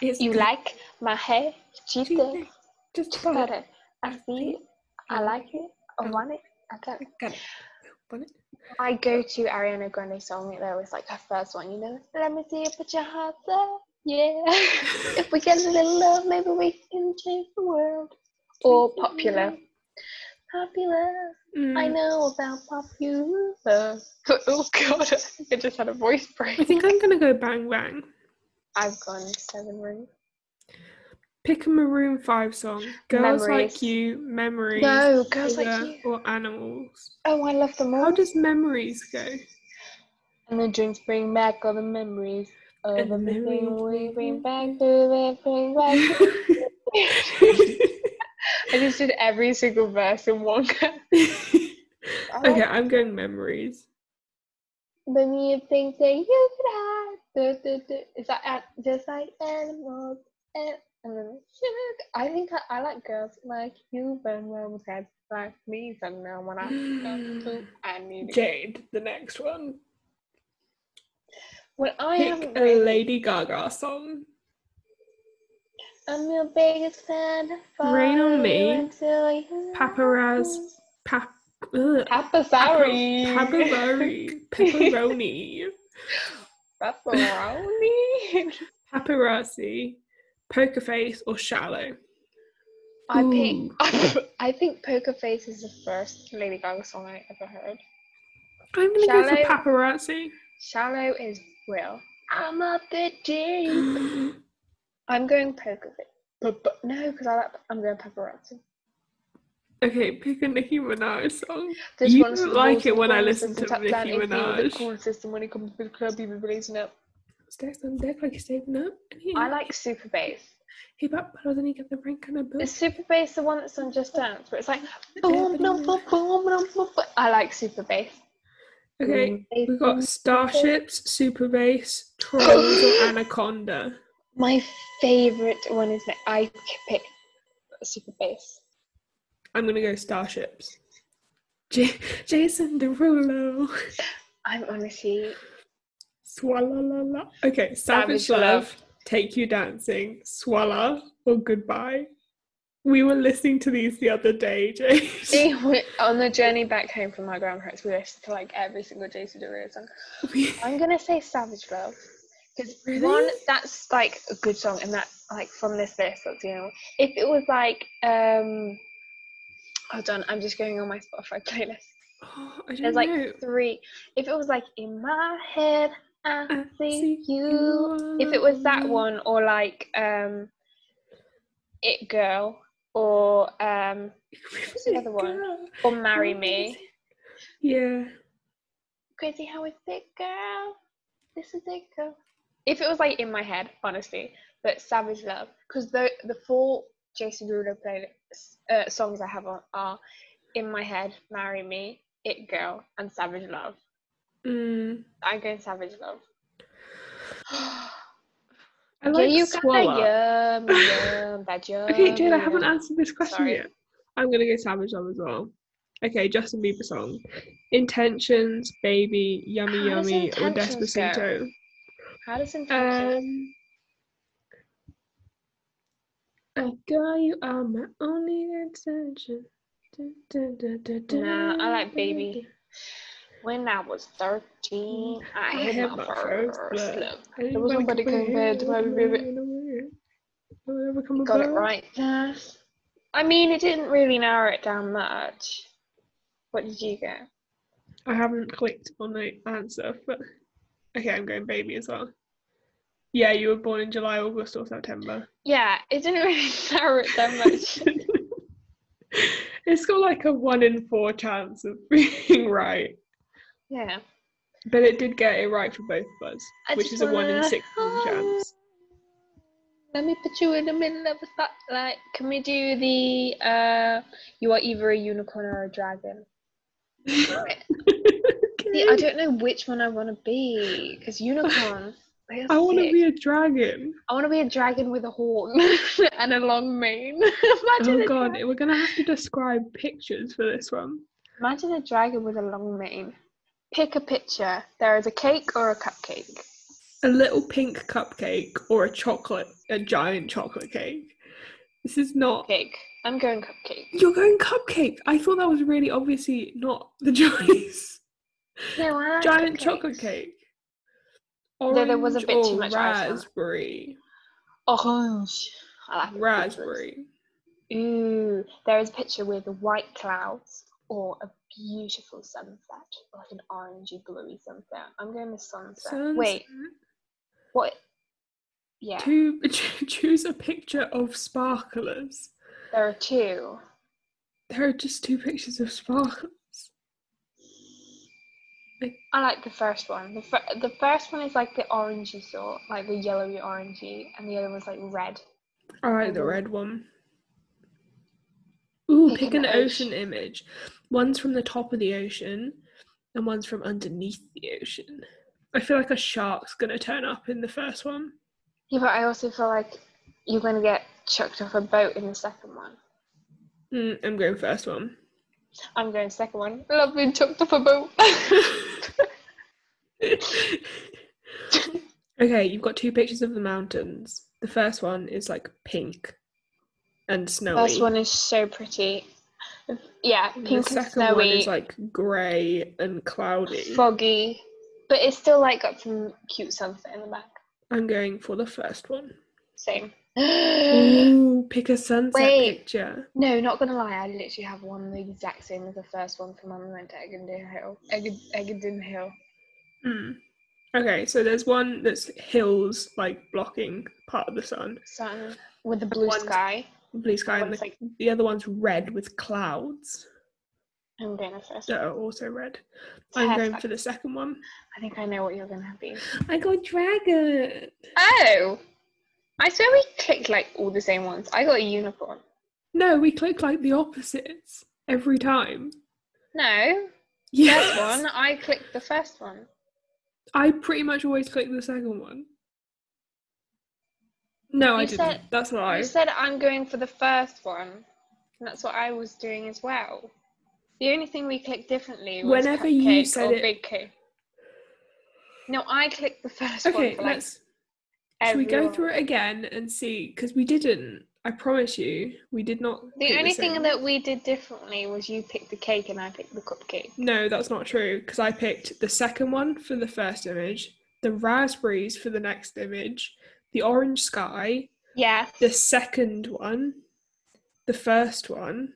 S1: It's
S2: You like my hair? Cheated.
S1: Just
S2: Just
S1: about
S2: got
S1: it.
S2: it. I see it. I like it. I want it. I got it.
S1: Got it. Want it?
S2: My go-to Ariana Grande song though is like her first one. You know, let me see you put your heart there. Yeah. if we get a little love, maybe we can change the world. Or popular. Popular. I
S1: Mm.
S2: know about popular. oh god, I just had a voice
S1: I
S2: break.
S1: think I'm gonna go Bang Bang.
S2: I've gone seven rings.
S1: Pick a Maroon 5 song. Girls Like
S2: Memories.
S1: You, Memories,
S2: No, girls
S1: Sugar,
S2: like you.
S1: or Animals.
S2: Oh, I love them all.
S1: How does Memories go?
S2: and the drinks bring back all the memories. Of
S1: And
S2: everything
S1: memories
S2: we
S1: bring
S2: bring
S1: back-
S2: back to the bring back. I just did every single verse in one go.
S1: okay, I'm going Memories.
S2: The mere things that you could hide. Du- du- du- Is that at- just like animals? And, and then sugar. I think I, I like girls like you, but when we had like me, and now when I go to, I need it.
S1: Jade, the next one.
S2: When I
S1: Pick
S2: haven't
S1: a
S2: really,
S1: Lady Gaga song.
S2: I'm your biggest fan.
S1: Rain on
S2: follow you
S1: Me,
S2: until you
S1: Paparaz- Pap- ugh.
S2: Papa sorry.
S1: Pepperoni. Pepperoni.
S2: Pepperoni.
S1: Paparazzi. Poker Face or Shallow.
S2: I
S1: Ooh.
S2: pick. I think Poker Face is the first Lady Gaga song I ever heard.
S1: I'm gonna go
S2: Shallow.
S1: for Paparazzi.
S2: Shallow is real. I'm up the deep. I'm going poker face. But, but no, because I like, I'm going paparazzi.
S1: Okay, pick a Nicki Minaj song.
S2: This
S1: You
S2: one's
S1: don't
S2: for the
S1: like
S2: balls
S1: it
S2: in the
S1: when I
S2: corner
S1: listen
S2: system,
S1: to
S2: top
S1: Nicki
S2: down, icky, the
S1: Minaj.
S2: corner system when it comes to the club, you be blazing up.
S1: Stack on deck like he's saving up.
S2: I like Super Bass.
S1: He back pedals and he got the brink on a boot.
S2: Is Super Bass the one that's on Just Dance, where it's like boom, boom, boom, boom, boom, boom, boom. I like Super Mm. Bass.
S1: Okay,
S2: Boom, bass,
S1: we've
S2: boom.
S1: got Starships, Super Bass, Trolls, or Anaconda.
S2: my favorite one is that I pick Super Bass.
S1: I'm gonna go Starships. J- Jason Derulo.
S2: I'm honestly
S1: Swalala. Okay, Savage
S2: Savage
S1: Love,
S2: Love.
S1: Take You Dancing, Swalla, or Goodbye. We were listening to these the other day, Jay.
S2: Anyway, on the journey back home from my grandparents, we listened to like every single Jason Derulo song.
S1: We-
S2: I'm gonna say Savage Love because
S1: Really?
S2: one, that's like a good song, and that like from this list, that's the only one. If it was like, um, hold on, I'm just going on my Spotify playlist.
S1: oh, I don't
S2: There's like
S1: know.
S2: three. If it was like in my head, I,
S1: I
S2: see,
S1: see
S2: you. If it was that
S1: you.
S2: one, or like um, it girl, or um, What's the other one?
S1: Girl.
S2: or marry
S1: Oh,
S2: me.
S1: Yeah.
S2: Crazy how it's it, girl. This is it, girl. If it was like in my head, honestly, but Savage Love, because the the four Jason Derulo playlists uh, songs I have on are in my head, marry me, it girl, and Savage Love.
S1: Mm.
S2: I'm going Savage Love.
S1: I like
S2: yeah, you
S1: Swalla.
S2: got that yum, yum, that yum.
S1: Okay, Jade, I haven't
S2: yum.
S1: answered this question
S2: Sorry.
S1: yet. I'm gonna go Savage Love as well. Okay, Justin Bieber song. Intentions, Baby, Yummy
S2: How does
S1: Yummy, or
S2: Intentions go?
S1: Despacito.
S2: How does intention?
S1: Um, uh, girl, you are my only intention. Dun, dun, dun, dun, dun,
S2: Nah, I like Baby.
S1: dun,
S2: When I was 13, I,
S1: I
S2: had
S1: had
S2: my
S1: my first
S2: first love.
S1: love. dun.
S2: There was nobody compared to Baby, baby.
S1: Will I ever come
S2: Got it
S1: above?
S2: right there. I mean, it didn't really narrow it down much. What did you get?
S1: I haven't clicked on the answer, but okay, I'm going baby as well. Yeah, you were born in July, August, or September.
S2: Yeah, it didn't really narrow it down much.
S1: it's got like a one in four chance of being right,
S2: yeah.
S1: but it did get it right for both of us,
S2: I
S1: which is
S2: just
S1: a one in
S2: wanna-
S1: six chance.
S2: Let me put you in the middle of a spotlight. Can we do the uh you are either a unicorn or a dragon? See, I
S1: Okay.
S2: don't know which one I want to be because unicorn. they are
S1: I want to
S2: sick.
S1: be a dragon.
S2: I want to be a dragon with a horn and a long mane. imagine,
S1: Oh
S2: a
S1: god,
S2: dra-
S1: we're gonna have to describe pictures for this one.
S2: imagine a dragon with a long mane. Pick a picture. There is a cake or a cupcake.
S1: a little pink cupcake or a chocolate, a giant chocolate cake. This is not.
S2: Cake. I'm going cupcake.
S1: You're going cupcake. I thought that was really obviously not the choice.
S2: No, I like
S1: giant
S2: cupcakes.
S1: chocolate cake. Orange
S2: No, there was a bit
S1: or
S2: too much ice on it.
S1: raspberry.
S2: Orange. I like it.
S1: Raspberry.
S2: Ooh, there is a picture with white clouds or a beautiful sunset, like an orangey bluey sunset. I'm going with sunset. Wait, what? Yeah,
S1: To choose a picture of sparklers.
S2: there are two.
S1: There are just two pictures of sparklers.
S2: I like the first one. The, fir- the first one is like the orangey sort, like the yellowy orangey, and the other one's like red.
S1: I like the
S2: Mhm.
S1: red one. Ooh,
S2: Pick
S1: pick,
S2: an
S1: an, ocean. image. One's from the top of the ocean, and one's from underneath the ocean. I feel like a shark's gonna turn up in the first one.
S2: Yeah, but I also feel like you're going to get chucked off a boat in the second one.
S1: Mm, I'm going first one.
S2: I'm going second one. Love being chucked off a boat.
S1: okay, you've got two pictures of the mountains. The first one is like pink and snowy.
S2: First one is so pretty. Yeah,
S1: And
S2: pink
S1: the
S2: and
S1: second one
S2: snowy,
S1: is like grey and cloudy.
S2: foggy, but it's still like got some cute sunset in the back.
S1: I'm going for the first one.
S2: Same.
S1: Ooh, pick a sunset
S2: Wait.
S1: picture.
S2: no, not gonna lie, I literally have one the exact same as the first one from when we went to Eggenden Hill. Egg- Eggenden Hill.
S1: Mm. Okay, so there's one that's hills like blocking part of the sun.
S2: Sun with the blue
S1: One's-
S2: sky.
S1: blue sky, and
S2: One's
S1: the,
S2: like-
S1: the other one's red with clouds
S2: I'm going to first.
S1: that are also red. I'm
S2: Hair
S1: going
S2: suck.
S1: for the second one.
S2: I think I know what you're going to be.
S1: I got dragon.
S2: Oh! I swear we clicked like all the same ones. I got a unicorn.
S1: No, we click like the opposites every time.
S2: No,
S1: Yes,
S2: first one. I clicked the first one.
S1: I pretty much always click the second one. No, I
S2: You
S1: didn't.
S2: said-
S1: That's what I.
S2: You said I'm going for the first one, and that's what I was doing as well. The only thing we clicked differently was
S1: Whenever you
S2: cupcake
S1: said
S2: or
S1: it-
S2: big cake. No, I clicked the first
S1: okay,
S2: one. For, like,
S1: let's. Should we go
S2: everyone.
S1: through it again and see? Because we didn't. I promise you, we did not. click
S2: The only
S1: same.
S2: thing that we did differently was you picked the cake and I picked the cupcake.
S1: No, that's not true. Because I picked the second one for the first image, the raspberries for the next image, the orange sky,
S2: Yeah.
S1: the second one, the first one,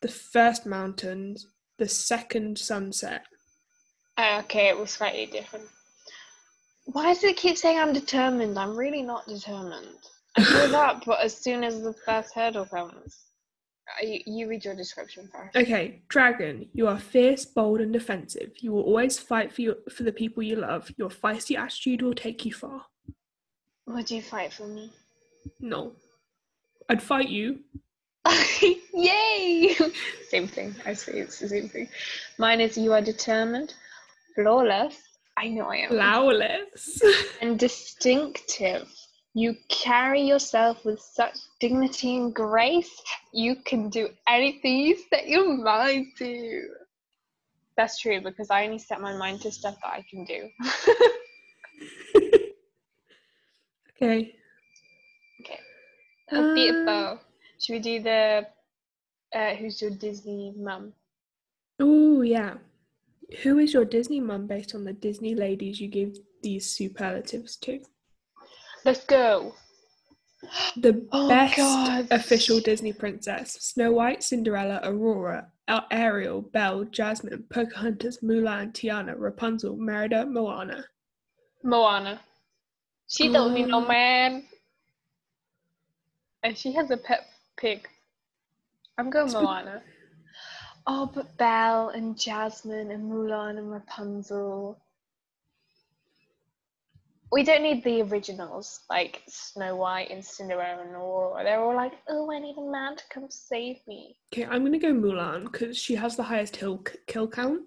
S1: the first mountain, the second sunset.
S2: Oh, okay, it was slightly different. Why does it keep saying I'm determined? I'm really not determined. I give up, but as soon as the first hurdle comes, Uh, you, you read your description first.
S1: Okay, dragon, you are fierce, bold, and defensive. You will always fight for your, for the people you love. Your feisty attitude will take you far.
S2: Would you fight for me?
S1: No, I'd fight you.
S2: Yay! same thing. I see it's the same thing. Mine is you are determined, flawless. I know I am.
S1: Lawless.
S2: and distinctive. You carry yourself with such dignity and grace. You can do anything you set your mind to. That's true because I only set my mind to stuff that I can do.
S1: okay.
S2: Okay.
S1: Um,
S2: Beautiful. Should we do the uh, who's your Disney mum?
S1: Oh yeah. Who is your Disney mum based on the Disney ladies you give these superlatives to?
S2: Let's go.
S1: The
S2: Oh,
S1: best
S2: God.
S1: official Disney princess: Snow White, Cinderella, Aurora, El- Ariel, Belle, Jasmine, Pocahontas, Mulan, Tiana, Rapunzel, Merida, Moana.
S2: Moana. She don't need no
S1: Um,
S2: man. And she has a pet pig. I'm going
S1: It's-
S2: Moana. Oh, but Belle and Jasmine and Mulan and Rapunzel. We don't need the originals like Snow White and Cinderella and Aurora. They're all like, oh, I need a man to come save me.
S1: Okay, I'm gonna go Mulan because she has the highest hill c- kill count.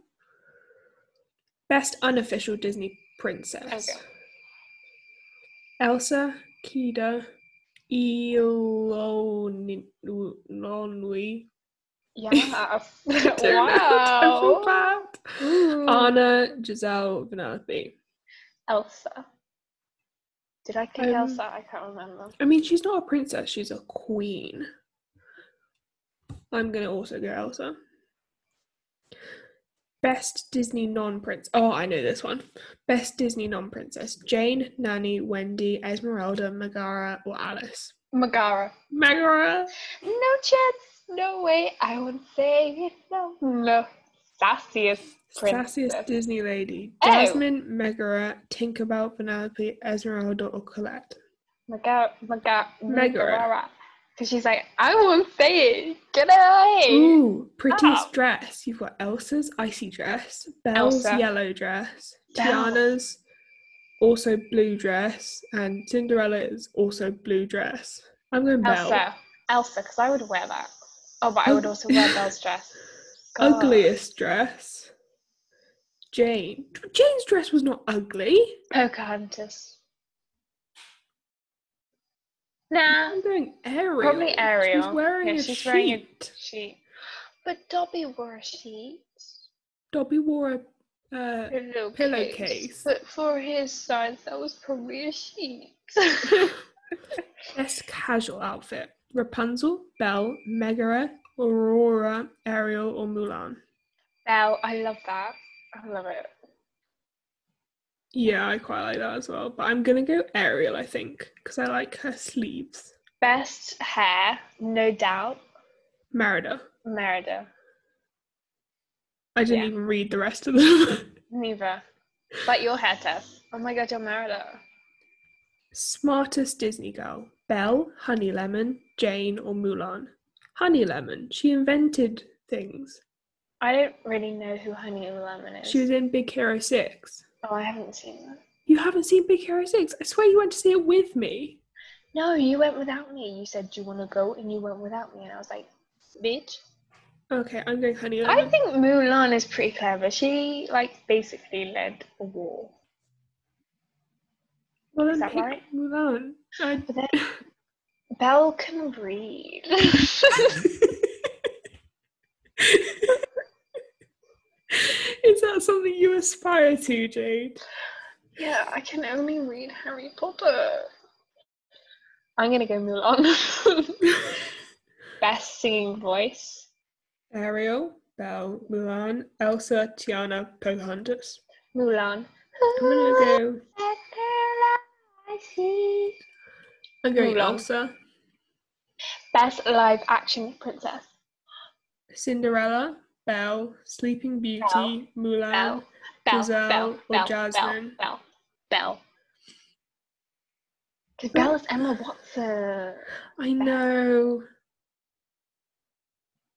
S1: Best unofficial Disney princess:
S2: Okay.
S1: Elsa, Kida, Ilonui.
S2: Yeah.
S1: I feel
S2: wow. Hmm.
S1: bad.
S2: Ooh.
S1: Anna, Giselle, Vanellope.
S2: Elsa. Did I click
S1: Um,
S2: Elsa? I can't remember.
S1: I mean, she's not a princess; she's a queen. I'm gonna also go Elsa. Best Disney non-prince. Oh, I know this one. Best Disney non-princess: Jane, Nanny, Wendy, Esmeralda, Megara, or Alice.
S2: Megara.
S1: Megara.
S2: No chance. No way. I would say it. No. No. Sassiest princess.
S1: Sassiest Disney lady:
S2: Oh.
S1: Jasmine, Megara, Tinkerbell, Penelope, Esmeralda, or Colette.
S2: Megara. Megara.
S1: Megara.
S2: Because she's like, I won't say it. Get away.
S1: Ooh, prettiest
S2: Oh.
S1: dress. You've got Elsa's icy dress, Belle's
S2: Elsa.
S1: yellow dress,
S2: Belle.
S1: Tiana's also blue dress, and Cinderella's also blue dress. I'm going Belle.
S2: Elsa. Elsa, because I would wear that. Oh, but I would
S1: Ug-
S2: also wear Belle's dress. God.
S1: Ugliest dress. Jane. Jane's dress was not ugly.
S2: Pocahontas. Nah.
S1: I'm going Ariel.
S2: Probably Ariel.
S1: She's wearing
S2: Yeah,
S1: a
S2: she's
S1: sheet.
S2: wearing a- She. But Dobby wore a sheet.
S1: Dobby wore a. Uh,
S2: pillowcase.
S1: Pillowcase.
S2: But for his size, that was probably a sheet.
S1: best casual outfit. Rapunzel, Belle, Megara, Aurora, Ariel, or Mulan.
S2: Belle, I love that. I love it.
S1: Yeah, I quite like that as well. But I'm gonna go Ariel, I think, because I like her sleeves.
S2: Best hair, no doubt,
S1: Merida.
S2: Merida.
S1: I didn't
S2: Yeah.
S1: even read the rest of them.
S2: Neither. But your hair test. Oh my god, you're Merida.
S1: Smartest Disney girl. Belle, Honey Lemon, Jane, or Mulan? Honey Lemon. She invented things.
S2: I don't really know who Honey Lemon is.
S1: She was in Big Hero 6.
S2: oh, I haven't seen that.
S1: You haven't seen Big Hero 6? I swear you went to see it with me.
S2: No, you went without me. You said, Do you want to go? And you went without me. And I was like, Bitch.
S1: Okay, I'm going Honey Lemon.
S2: I think Mulan is pretty clever. She, like, basically led a war.
S1: well, then
S2: is that
S1: pick
S2: right?
S1: Mulan. I-
S2: But then Belle can read.
S1: Is that something you aspire to, Jade?
S2: yeah, I can only read Harry Potter. I'm going to go Mulan. Best singing voice.
S1: Ariel, Belle, Mulan, Elsa, Tiana, Pocahontas.
S2: Mulan.
S1: I'm gonna go. I'm going
S2: Mulan.
S1: Elsa,
S2: Best live action princess.
S1: Cinderella, Belle, Sleeping Beauty,
S2: Belle.
S1: Mulan.
S2: Belle. Belle,
S1: Giselle
S2: Belle,
S1: or
S2: Belle,
S1: Jasmine?
S2: Belle, Belle, Because Belle is Emma Watson.
S1: I know.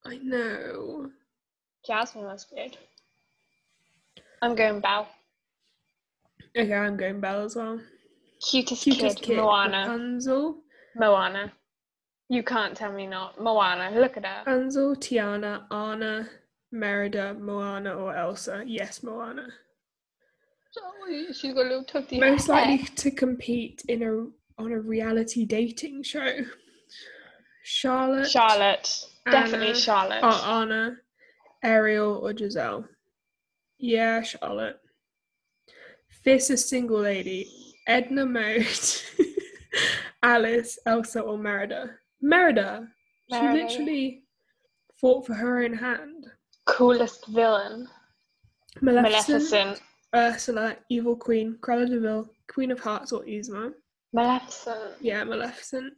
S1: I know.
S2: Jasmine was good. I'm going Belle.
S1: Okay, I'm going Belle as well.
S2: Cutest,
S1: Cutest
S2: kid,
S1: kid, Uh,
S2: Moana.
S1: Rapunzel,
S2: Moana. You can't tell me not. Moana, look at her.
S1: Rapunzel, Tiana, Anna, Merida, Moana, or Elsa. Yes, Moana.
S2: Oh, she's got a little tufty
S1: Most
S2: hair.
S1: likely to compete in a on a reality dating show. Charlotte,
S2: Charlotte. Definitely
S1: Anna. Uh-uh.
S2: Charlotte.
S1: or Anna, Ariel, or Giselle. Yeah, Charlotte. Fiercest single lady, Edna Mode, Alice, Elsa, or Merida. Merida.
S2: Merida,
S1: She
S2: yeah.
S1: literally fought for her own hand.
S2: Coolest villain.
S1: Maleficent,
S2: Maleficent.
S1: Ursula, Evil Queen, Cruella de Vil, Queen of Hearts, or Yzma.
S2: Maleficent.
S1: Yeah, Maleficent.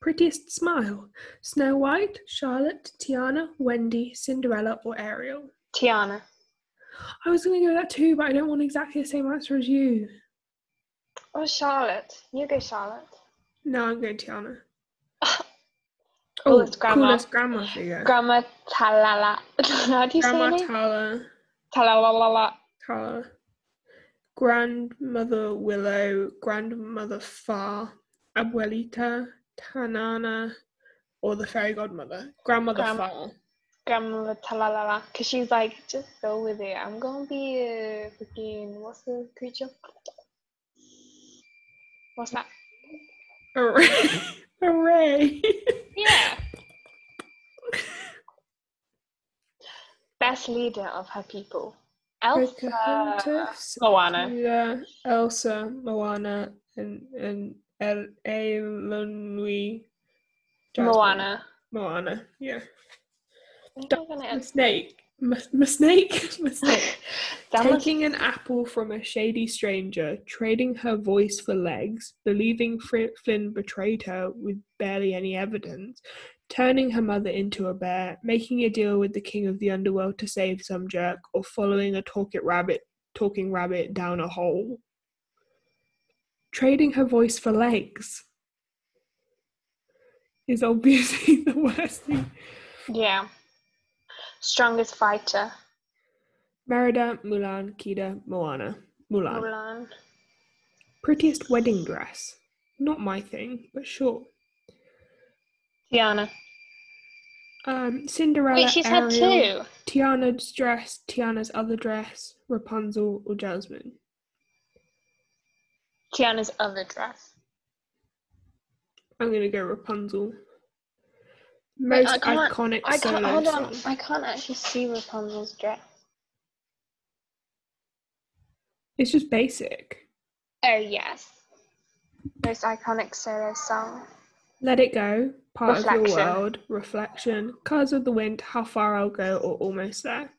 S1: Prettiest smile, Snow White, Charlotte, Tiana, Wendy, Cinderella, or Ariel.
S2: Tiana.
S1: I was going to go that too, but I don't want exactly the same answer as you.
S2: Oh, Charlotte. You go Charlotte.
S1: No, I'm going Tiana.
S2: Coolest Oh, grandma.
S1: Coolest grandma figure.
S2: Grandma Talala. How do you
S1: grandma
S2: say it?
S1: Tala.
S2: Talalala.
S1: Tala. Grandmother Willow. Grandmother Far. Abuelita. Tanana. Or the fairy godmother. Grandmother
S2: Grandma.
S1: Far.
S2: Grandma Talalala. Because she's like, just go with it. I'm going to be a freaking. What's the creature? What's that?
S1: Hooray. Hooray.
S2: Yeah. Best leader of her people. Elsa.
S1: Pocahontas,
S2: Moana.
S1: Cinderella, Elsa, Moana, and and El Elonui.
S2: Moana.
S1: Moana. Yeah.
S2: I think I'm gonna
S1: My
S2: end-
S1: snake. My, my snake. My snake.
S2: That was-
S1: Taking an apple from a shady stranger, trading her voice for legs, believing Fri- Flynn betrayed her with barely any evidence, turning her mother into a bear, making a deal with the king of the underworld to save some jerk, or following a talking rabbit, talking rabbit down a hole. Trading her voice for legs is obviously the worst thing
S2: Yeah. Strongest fighter.
S1: Merida, Mulan, Kida, Moana. Mulan.
S2: Mulan.
S1: Prettiest wedding dress. Not my thing, but sure.
S2: Tiana.
S1: Um, Cinderella,
S2: Wait, she's
S1: Ariel,
S2: had two.
S1: Tiana's dress, Tiana's other dress, Rapunzel, or Jasmine.
S2: Tiana's other dress.
S1: I'm gonna go Rapunzel.
S2: Wait,
S1: Most
S2: I can't-
S1: iconic
S2: I can't
S1: solo
S2: hold on.
S1: song.
S2: I can't actually see Rapunzel's dress.
S1: It's just basic.
S2: Oh yes. Most iconic solo song.
S1: Let it go. Part of your
S2: Reflection.
S1: world. Reflection. Colours of the wind. How far I'll go, or almost there.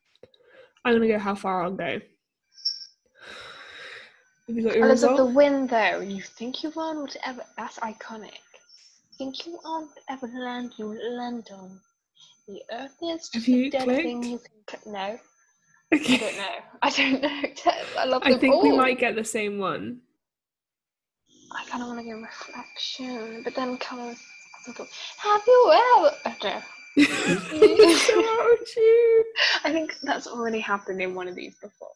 S1: I'm gonna go. How far I'll go. Have you got your
S2: Colours of
S1: result?
S2: the Wind though. You think you won whatever that's iconic. Think you on whatever land you land on. The earth is
S1: Have
S2: just a
S1: you
S2: dead thing
S1: clicked?
S2: you can cl- no. I
S1: Okay.
S2: don't know. I don't know. I love them
S1: I think we
S2: all.
S1: might get the same one.
S2: I kind of want to go reflection, but then kind of have you ever? I don't know.
S1: so out of tune.
S2: I think that's already happened in one of these before.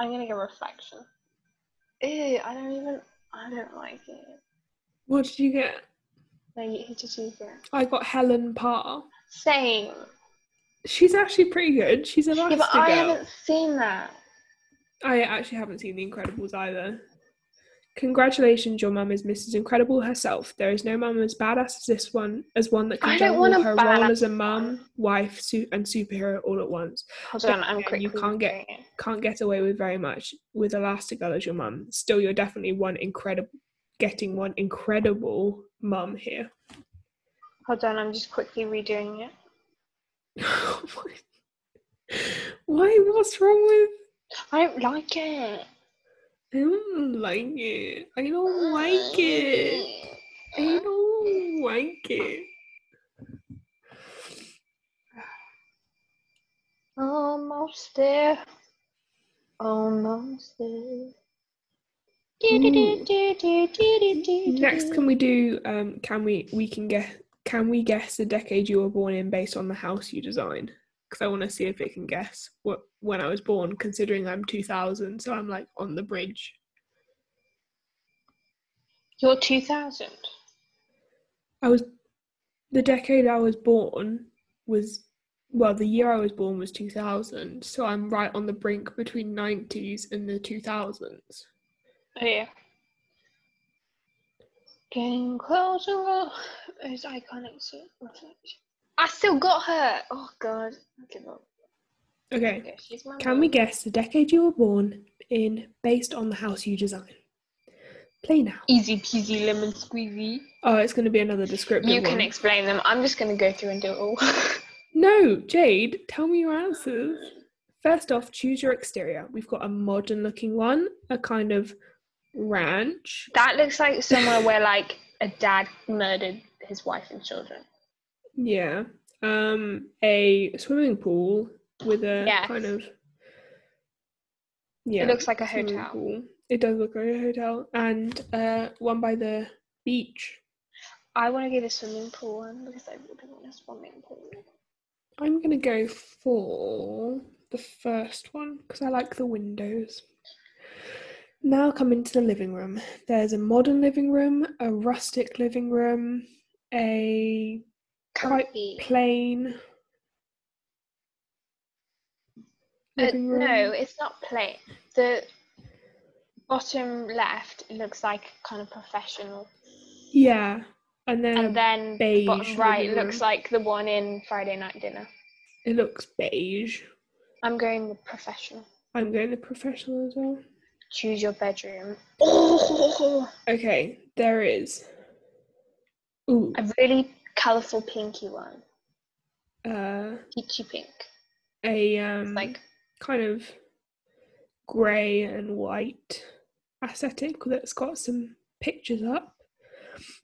S2: I'm gonna go reflection. Ew, I don't even. I don't like it.
S1: What did you get?
S2: No, you hit it easier.
S1: I got Helen Parr.
S2: Same.
S1: She's actually pretty good. She's a
S2: Yeah,
S1: nasty
S2: but I
S1: girl.
S2: haven't seen that.
S1: I actually haven't seen The Incredibles either. Congratulations, your mum is Mrs. Incredible herself. There is no mum as badass as this one, as one that
S2: I
S1: can
S2: don't want
S1: juggle
S2: a
S1: her
S2: badass
S1: role as a mum, wife, su- and superhero all at once.
S2: Hold on, I'm
S1: Yeah,
S2: quickly.
S1: you can't get-
S2: doing it.
S1: Can't get away with very much with Elastigirl as your mum. Still, you're definitely one incredible, getting one incredible mum here.
S2: Hold on, I'm just quickly redoing it.
S1: Why? What's wrong with?
S2: I don't like it.
S1: I don't like it. I don't like it. I don't like it.
S2: Almost there. Almost there.
S1: Ooh.
S2: Do-do-do-do-do-do-do-do-do.
S1: Next, can we do? Um, can we? We can guess. Can we guess the decade you were born in based on the house you design? Because I want to see if it can guess what when I was born. Considering I'm 2000, so I'm like on the bridge.
S2: You're 2000.
S1: I was the decade I was born was well, the year I was born was 2000, so I'm right on the brink between 90s and the 2000s.
S2: Oh, yeah. Getting
S1: uh,
S2: closer. It's iconic. so- I still got her. Oh, God. I give up.
S1: Okay,
S2: Okay, she's my
S1: Can
S2: mum.
S1: we guess the decade you were born in based on the house you design? Play now.
S2: Easy peasy lemon squeezy.
S1: Oh, it's going to be another descriptive
S2: You can
S1: one.
S2: explain them. I'm just going to go through and do it all.
S1: no, Jade, tell me your answers. First off, choose your exterior. We've got a modern looking one, a kind of ranch.
S2: that looks like somewhere where, like, a dad murdered his wife and children.
S1: Yeah. Um a swimming pool with a
S2: Yes.
S1: kind of Yeah.
S2: It looks like a
S1: swimming
S2: hotel.
S1: pool. It does look like a hotel and uh one by the beach.
S2: I want to get a swimming pool one because I really want a swimming pool.
S1: I'm gonna go for the first one because I like the windows. Now come into the living room. There's a modern living room, a rustic living room, a Quite
S2: Comfy.
S1: plain
S2: Uh,
S1: living room.
S2: no, it's not play. The bottom left looks like kind of professional,
S1: Yeah, and then,
S2: and then the
S1: Um, beige
S2: bottom right
S1: living
S2: looks
S1: room.
S2: like the one in Friday Night Dinner.
S1: it looks beige.
S2: I'm going with professional.
S1: I'm going the professional as well.
S2: Choose your bedroom. Oh,
S1: Okay, there is. Ooh,
S2: a really colourful pinky one,
S1: uh,
S2: peachy pink.
S1: a
S2: It's
S1: um,
S2: like
S1: kind of grey and white aesthetic that's got some pictures up.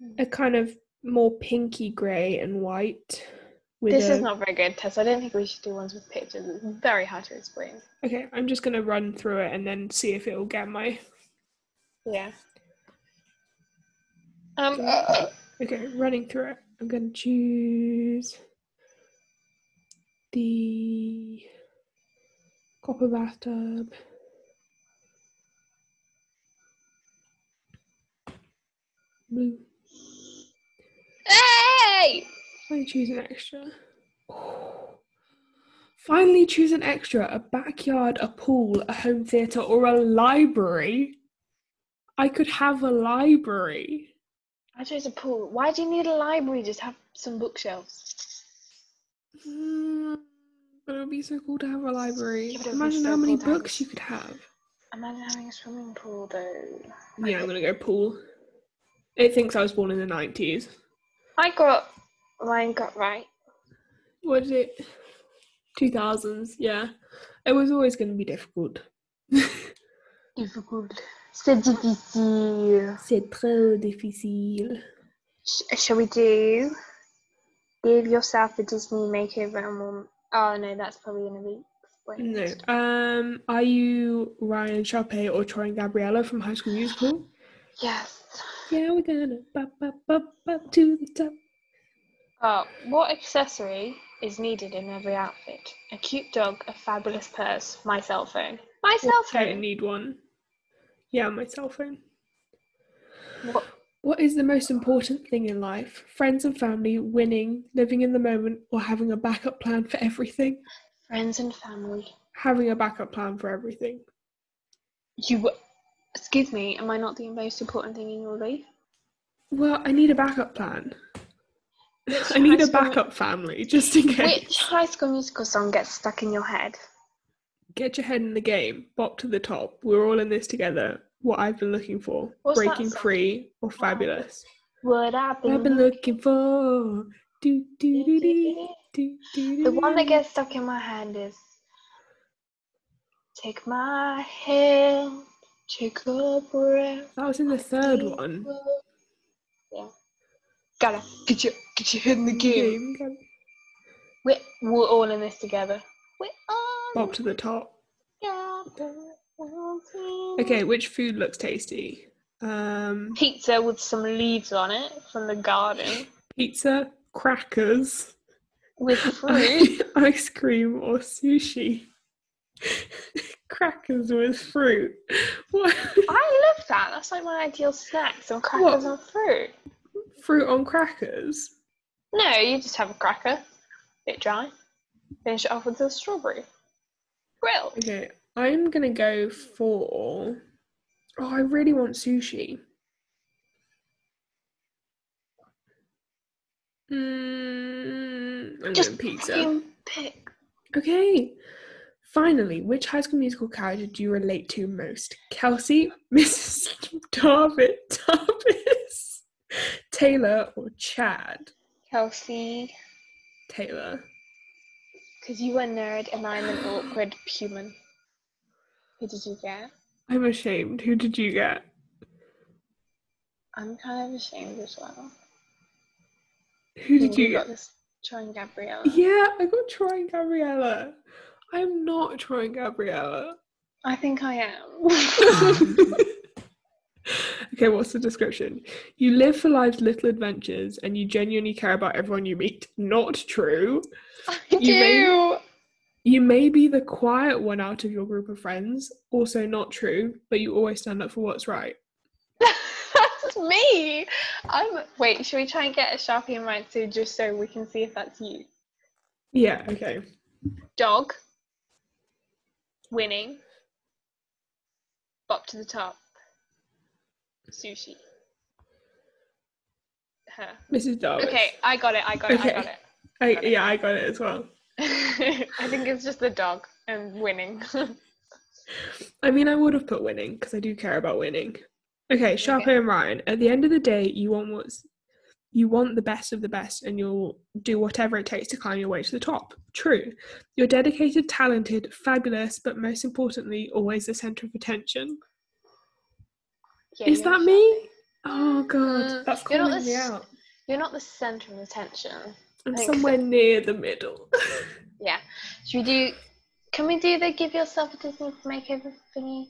S2: Hmm.
S1: A kind of more pinky grey and white. With
S2: this
S1: a,
S2: is not very good, Tess. I don't think we should do ones with pictures. It's very hard to explain.
S1: Okay, I'm just gonna run through it and then see if it'll get my.
S2: Yeah. Um.
S1: Okay, running through it. I'm gonna choose the copper bathtub. Blue.
S2: Hey!
S1: I choose an extra. Finally, choose an extra a backyard, a pool, a home theatre, or a library. I could have a library.
S2: I chose a pool. Why do you need a library? Just have some bookshelves.
S1: Mm, but it would be so cool to have a library.
S2: Yeah, but it would be
S1: Imagine
S2: so
S1: how many
S2: cool to have
S1: books
S2: a-
S1: you could have.
S2: Imagine having a swimming pool though.
S1: Yeah, I'm gonna go pool. It thinks I was born in the 90s.
S2: I got mine got right.
S1: What is it? 2000s, yeah. It was always gonna be difficult.
S2: Difficult. C'est difficile.
S1: C'est trop difficile.
S2: Sh- shall we do? Give yourself a Disney makeover and we'll. Oh no, that's probably gonna be. explained.
S1: No. Um, are you Ryan Sharpe or Troy and Gabriella from High School Musical?
S2: Yes.
S1: Yeah, we're gonna bop, bop, bop, bop to the top.
S2: Oh, what accessory is needed in every outfit? A cute dog, a fabulous purse, my cell phone. My cell
S1: I don't
S2: phone.
S1: need one. Yeah, my cell phone.
S2: What?
S1: What is the most important thing in life? Friends and family, winning, living in the moment, or having a backup plan for everything?
S2: Friends and family.
S1: Having a backup plan for everything.
S2: You. Excuse me. Am I not the most important thing in your life?
S1: Well, I need a backup plan. I need a
S2: high school-
S1: backup family just in case.
S2: Which High School Musical song gets stuck in your head?
S1: Get your head in the game, bop to the top. We're all in this together. What I've been looking for
S2: What's that
S1: Breaking
S2: song? Oh.
S1: Free or Fabulous.
S2: What I've been,
S1: I've been looking for. Do, do, do, do,
S2: The
S1: do, do,
S2: one
S1: do.
S2: that gets stuck in my hand is Take my hand, take a breath.
S1: That was in the third
S2: take
S1: one.
S2: a-" Yeah. Gotta get your get your head in the game.
S1: Game.
S2: We're, we're all in this together. We're all
S1: Bop to the top.
S2: together.
S1: Okay, which food looks tasty? Um,
S2: Pizza with some leaves on it from the garden
S1: pizza, crackers,
S2: with fruit.
S1: ice cream, or sushi. crackers with fruit. What?
S2: I love that. That's like my ideal snack: some
S1: What?
S2: crackers and fruit.
S1: Fruit on crackers?
S2: No, you just have a cracker, bit dry. Finish it off with a strawberry. Grill.
S1: Okay, I'm gonna go for. Oh, I really want sushi. Mm, I'm
S2: Just
S1: going pizza.
S2: fucking pick.
S1: Okay. Finally, which High School Musical character do you relate to most? Kelsey, Mrs. Darvit, Darvis, Taylor, or Chad?
S2: Kelsey,
S1: Taylor.
S2: because you were nerd and I'm an awkward human. Who did you get?
S1: I'm ashamed. Who did you get?
S2: I'm kind of ashamed as well.
S1: Who did you get?
S2: got this Troy and Gabriella.
S1: Yeah, I got Troy and Gabriella. I'm not Troy and Gabriella.
S2: I think I am.
S1: okay, what's the description? You live for life's little adventures and you genuinely care about everyone you meet. Not true.
S2: I
S1: You
S2: do.
S1: may- You may be the quiet one out of your group of friends. Also, not true, but you always stand up for what's right.
S2: that's me. I'm. Wait, should we try and get a sharpie and write so just so we can see if that's you?
S1: Yeah, okay.
S2: Dog. Winning. Bop to the top. Sushi. Her.
S1: Mrs. Darwin.
S2: Okay, I got it. I got it. I got
S1: Oh, Okay. I,
S2: it. got it.
S1: yeah, I got it as well.
S2: I think it's just the dog and winning.
S1: I mean, I would have put winning because I do care about winning. Okay, Sharpay and Ryan. At the end of the day, you want what's you want the best of the best, and you'll do whatever it takes to climb your way to the top. True, you're dedicated, talented, fabulous, but most importantly, always the center of attention.
S2: Yeah,
S1: Is
S2: you're
S1: that
S2: not
S1: me?
S2: shopping.
S1: Oh god,
S2: Mm,
S1: that's
S2: you're not
S1: calling me
S2: this-
S1: out.
S2: You're not the center of attention.
S1: I'm
S2: think-
S1: somewhere near the middle.
S2: Yeah. Should we do? Can we do the give yourself a Disney makeover thingy?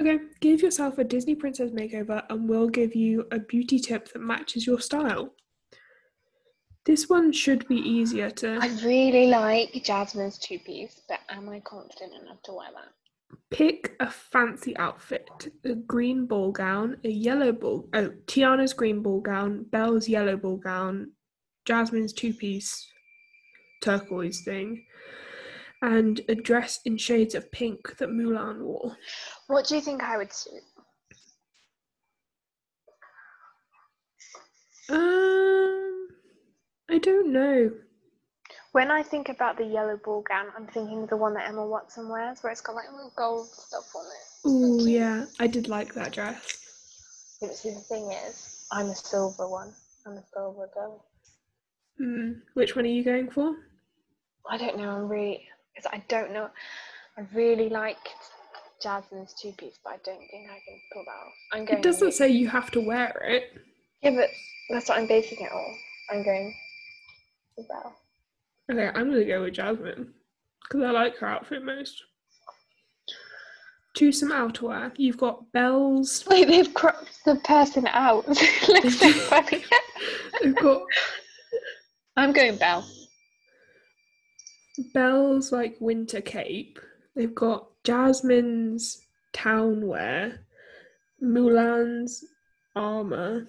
S1: okay, give yourself a Disney princess makeover, and we'll give you a beauty tip that matches your style. This one should be easier to.
S2: I really like Jasmine's two piece, but am I confident enough to wear that?
S1: Pick a fancy outfit: a green ball gown, a yellow ball. Oh, Tiana's green ball gown, Belle's yellow ball gown, Jasmine's two-piece turquoise thing, and a dress in shades of pink that Mulan wore.
S2: What do you think I would suit?
S1: Um, I don't know.
S2: When I think about the yellow ball gown, I'm thinking of the one that Emma Watson wears, where it's got like little gold stuff on it.
S1: Oh
S2: Cute.
S1: yeah, I did like that dress.
S2: But see, the thing is, I'm a silver one. I'm a silver girl.
S1: Mm, which one are you going for?
S2: I don't know. I'm really because I don't know. I really like Jasmine's two piece, but I don't think I can pull that off. I'm going.
S1: It doesn't say you have to wear it.
S2: Yeah, but that's what I'm basing it on. I'm going. Well,
S1: Okay, I'm gonna go with Jasmine because I like her outfit most. choose some outerwear. You've got bells.
S2: Wait, they've cropped the person out. Looks so funny.
S1: You've got
S2: I'm going Belle.
S1: Belle's like winter cape. They've got Jasmine's townwear, Mulan's armor,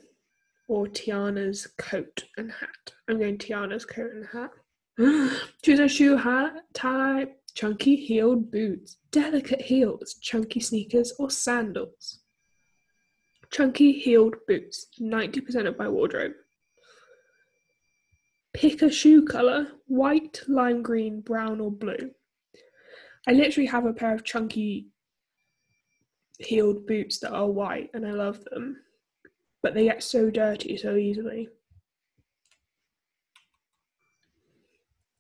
S1: or Tiana's coat and hat. I'm going Tiana's coat and hat. Choose a shoe, hat, tie, chunky heeled boots, delicate heels, chunky sneakers, or sandals. Chunky heeled boots, 90% of my wardrobe. Pick a shoe colour white, lime green, brown, or blue. I literally have a pair of chunky heeled boots that are white and I love them, but they get so dirty so easily.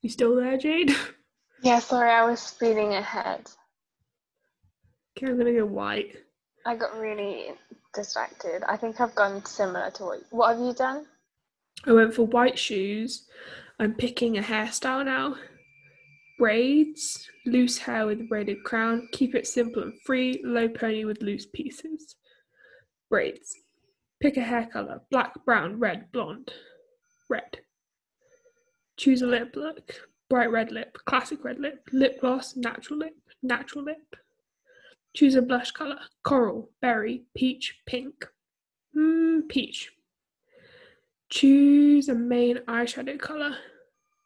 S1: You still there, Jade?
S2: Yeah, sorry, I was speeding ahead.
S1: Okay, I'm gonna go white.
S2: I got really distracted. I think I've gone similar to what. What have you done?
S1: I went for white shoes. I'm picking a hairstyle now. Braids, loose hair with a braided crown. Keep it simple and free. Low pony with loose pieces. Braids. Pick a hair color: black, brown, red, blonde. Red. Choose a lip look: bright red lip, classic red lip, lip gloss, natural lip, natural lip. Choose a blush color: coral, berry, peach, pink. Mmm, peach. Choose a main eyeshadow color: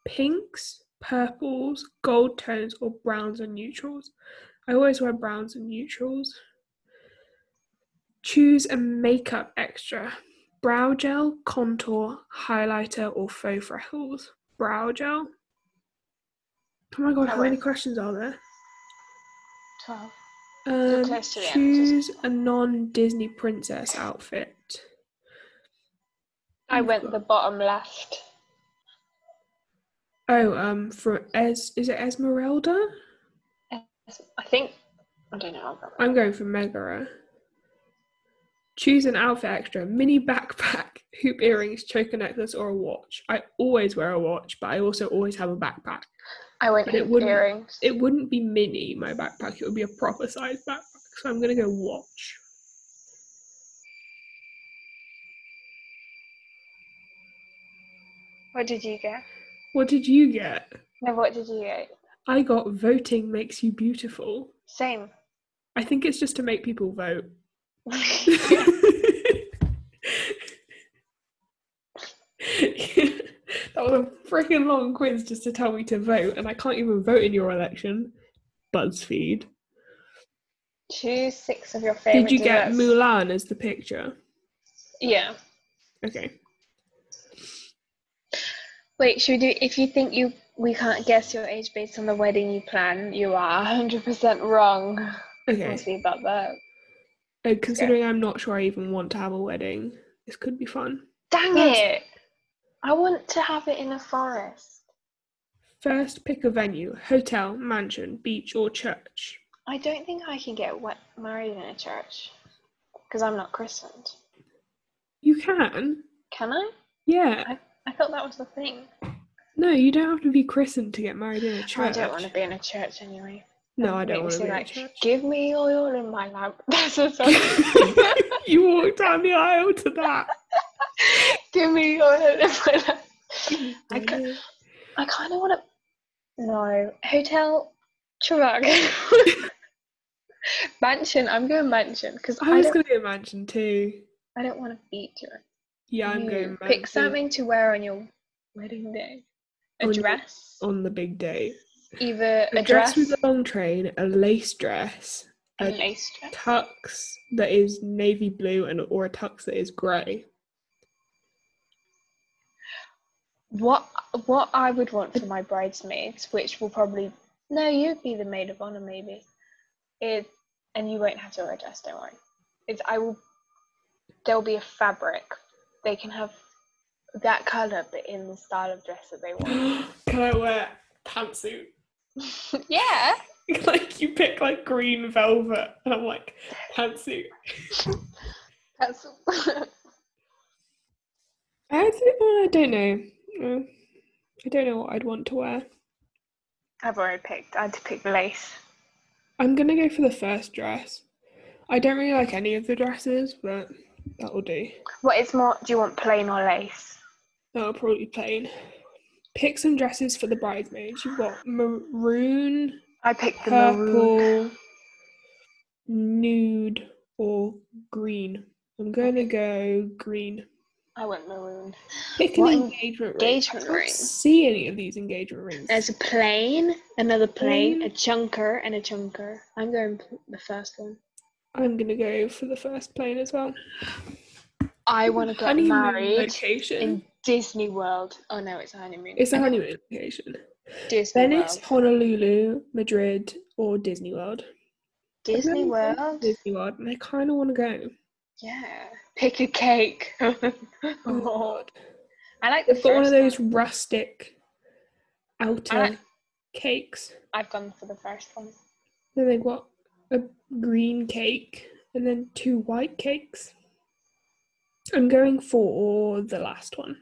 S1: pinks, purples, gold tones, or browns and neutrals. I always wear browns and neutrals. Choose a makeup extra: brow gel, contour, highlighter, or faux freckles. Brow gel. Oh my god,
S2: I
S1: how many
S2: went-
S1: questions are there?
S2: Twelve.
S1: Um,
S2: close to the end, just-
S1: choose a non-Disney princess outfit.
S2: I
S1: You've
S2: went
S1: got-
S2: the bottom left.
S1: Oh, um, for Es is it Esmeralda?
S2: I think I don't know. I've got-
S1: I'm going for Megara. Choose an outfit extra: mini backpack, hoop earrings, choker necklace, or a watch. I always wear a watch, but I also always have a backpack.
S2: I went
S1: But it
S2: hoop
S1: wouldn't-
S2: earrings.
S1: It wouldn't be mini my backpack; it would be a proper size backpack. So I'm gonna go watch.
S2: What did you get?
S1: What did you get?
S2: No, what did you get?
S1: I got voting makes you beautiful.
S2: Same.
S1: I think it's just to make people vote. that was a freaking long quiz just to tell me to vote, and I can't even vote in your election. BuzzFeed.
S2: Choose six of your favorite.
S1: Did you get
S2: duets.
S1: Mulan as the picture?
S2: Yeah.
S1: Okay.
S2: Wait, should we do? If you think you we can't guess your age based on the wedding you plan, you are 100% wrong. Must
S1: Okay.
S2: be about that.
S1: Uh, considering I'm not sure I even want to have a wedding, this could be fun.
S2: Dang
S1: That's-
S2: it! I want to have it in a forest.
S1: First, pick a venue hotel, mansion, beach, or church.
S2: I don't think I can get wet married in a church because I'm not christened.
S1: You can.
S2: Can I?
S1: Yeah.
S2: I thought that was the thing.
S1: No, you don't have to be christened to get married in a
S2: I
S1: church.
S2: don't want to be in a church anyway.
S1: No, I don't want
S2: Makes
S1: to be
S2: me
S1: in a
S2: like,
S1: church.
S2: Give me oil in my lamp. That's a song.
S1: you walked down the aisle to that.
S2: Give me oil in my lamp. I ca- I kind of want to. No. Hotel Chirac. mansion. I'm going mansion because I,
S1: I was
S2: don't,
S1: going to go mansion too.
S2: I don't want to beat you.
S1: Yeah, I'm
S2: You
S1: going mansion
S2: Pick something to wear on your wedding day. A
S1: On your-
S2: dress.
S1: on the big day.
S2: Either
S1: Oh, A dress with a long train, a lace dress,
S2: a
S1: a
S2: lace dress.
S1: tux that is navy blue, and or a tux that is grey.
S2: What what I would want for my bridesmaids, which will probably no, you'd be the maid of honor maybe. Is and you won't have to wear a dress, don't worry. Is I will there'll be a fabric. They can have that colour but in the style of dress that they want.
S1: Can I wear pantsuit?
S2: yeah.
S1: like you pick like green velvet, and I'm like pantsuit.
S2: That's
S1: I think well, I don't know. Uh, I don't know what I'd want to wear.
S2: I've already picked. I had to pick lace.
S1: I'm gonna go for the first dress. I don't really like any of the dresses, but that'll do.
S2: What is more, do you want plain or lace?
S1: That'll probably be plain. Pick some dresses for the bridesmaids. You've got maroon,
S2: I picked the maroon.
S1: purple, nude, or green. I'm gonna go green.
S2: I went maroon.
S1: Pick an
S2: What
S1: engagement ring.
S2: engagement
S1: I can't
S2: ring?
S1: See any of these engagement rings?
S2: There's a plain, another plain,
S1: Plain.
S2: a chunker, and a chunker. I'm going p- the first one.
S1: I'm gonna go for the first plane as well.
S2: I want to get
S1: honeymoon
S2: married
S1: location.
S2: in Disney World. Oh no, it's a honeymoon.
S1: it's a honeymoon location.
S2: Disney
S1: Venice,
S2: World.
S1: Honolulu, Madrid, or Disney World.
S2: Disney
S1: I've never been to
S2: World.
S1: Disney World, and I kind of want to go.
S2: Yeah. Pick a cake.
S1: Oh,
S2: I
S1: God.
S2: like the
S1: They've got one of
S2: first
S1: those rustic outer
S2: I like-
S1: cakes.
S2: I've gone for the first one.
S1: Then they've got a green cake and then two white cakes. I'm going for the last one.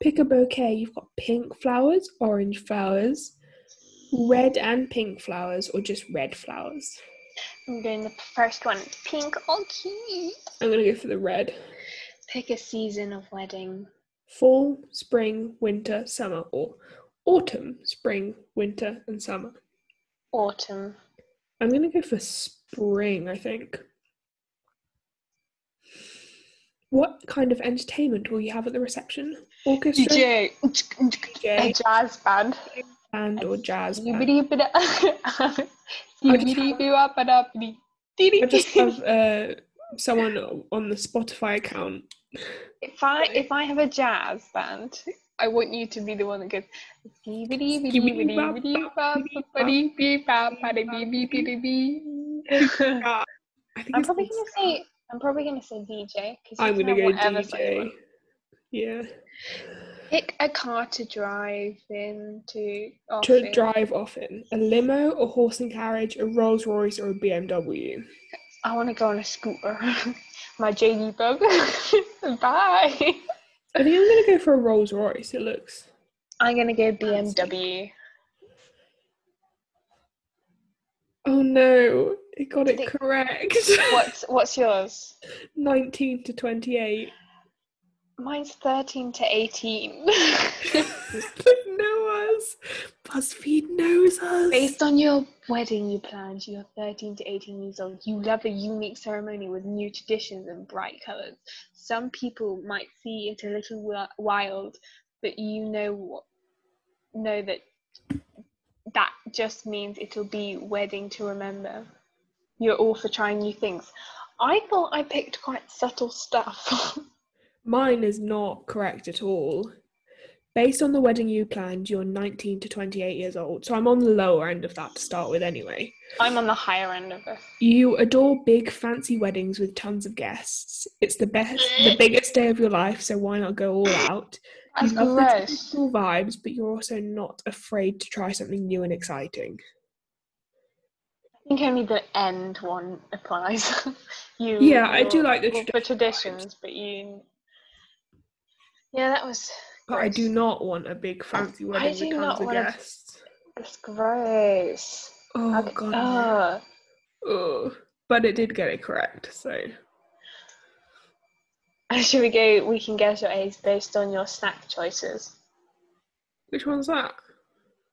S1: Pick a bouquet. You've got pink flowers, orange flowers, red and pink flowers, or just red flowers.
S2: I'm doing the first one. It's pink. Oh, cute.
S1: I'm going to go for the red.
S2: Pick a season of wedding.
S1: Fall, spring, winter, summer, or autumn, spring, winter, and summer.
S2: Autumn.
S1: I'm gonna go for spring, I think. What kind of entertainment will you have at the reception? Orchestra,
S2: DJ. A
S1: DJ,
S2: jazz band.
S1: band, or jazz? Band? I just
S2: If
S1: have uh, someone on the Spotify account.
S2: I if I have a jazz band, I want you to be the one that goes. I'm
S1: Uh, I think it's
S2: probably gonna say I'm probably gonna say DJ because
S1: I'm gonna go DJ. Yeah,
S2: Pick a car to drive into. off
S1: to
S2: in.
S1: drive off in a limo, a horse and carriage, a Rolls Royce, or a BMW.
S2: I want to go on a scooter. My JD bug.
S1: I
S2: Bye.
S1: think I'm gonna go for a Rolls Royce. It looks
S2: I'm gonna go BMW.
S1: Oh no, it got it
S2: Think-
S1: correct.
S2: What's what's yours?
S1: 19 to 28.
S2: Mine's thirteen to eighteen.
S1: they know us. BuzzFeed knows us.
S2: Based on your wedding you planned, you're 13 to 18 years old. You love a unique ceremony with new traditions and bright colours. Some people might see it a little wi- wild, but you know what, know that that just means it'll be wedding to remember. You're all for trying new things. I thought I picked quite subtle stuff.
S1: Mine is not correct at all. Based on the wedding you planned, you're 19 to 28 years old. So I'm on the lower end of that to start with anyway.
S2: I'm on the higher end of this.
S1: You adore big fancy weddings with tons of guests. It's the best the biggest day of your life, so why not go all out?
S2: That's
S1: you love the
S2: gross.
S1: traditional vibes, but you're also not afraid to try something new and exciting.
S2: I think only the end one applies. you.
S1: Yeah, I do
S2: you're
S1: like the
S2: all for traditions, but you. Yeah, that was.
S1: But I do
S2: gross.
S1: not want a big fancy wedding
S2: do
S1: with tons
S2: not
S1: of
S2: want a-
S1: guests.
S2: That's gross.
S1: Oh
S2: Okay,
S1: god. no.
S2: Oh,
S1: Ugh. But it did get it correct, so
S2: should we go? We can guess your age based on your snack choices.
S1: which one's that?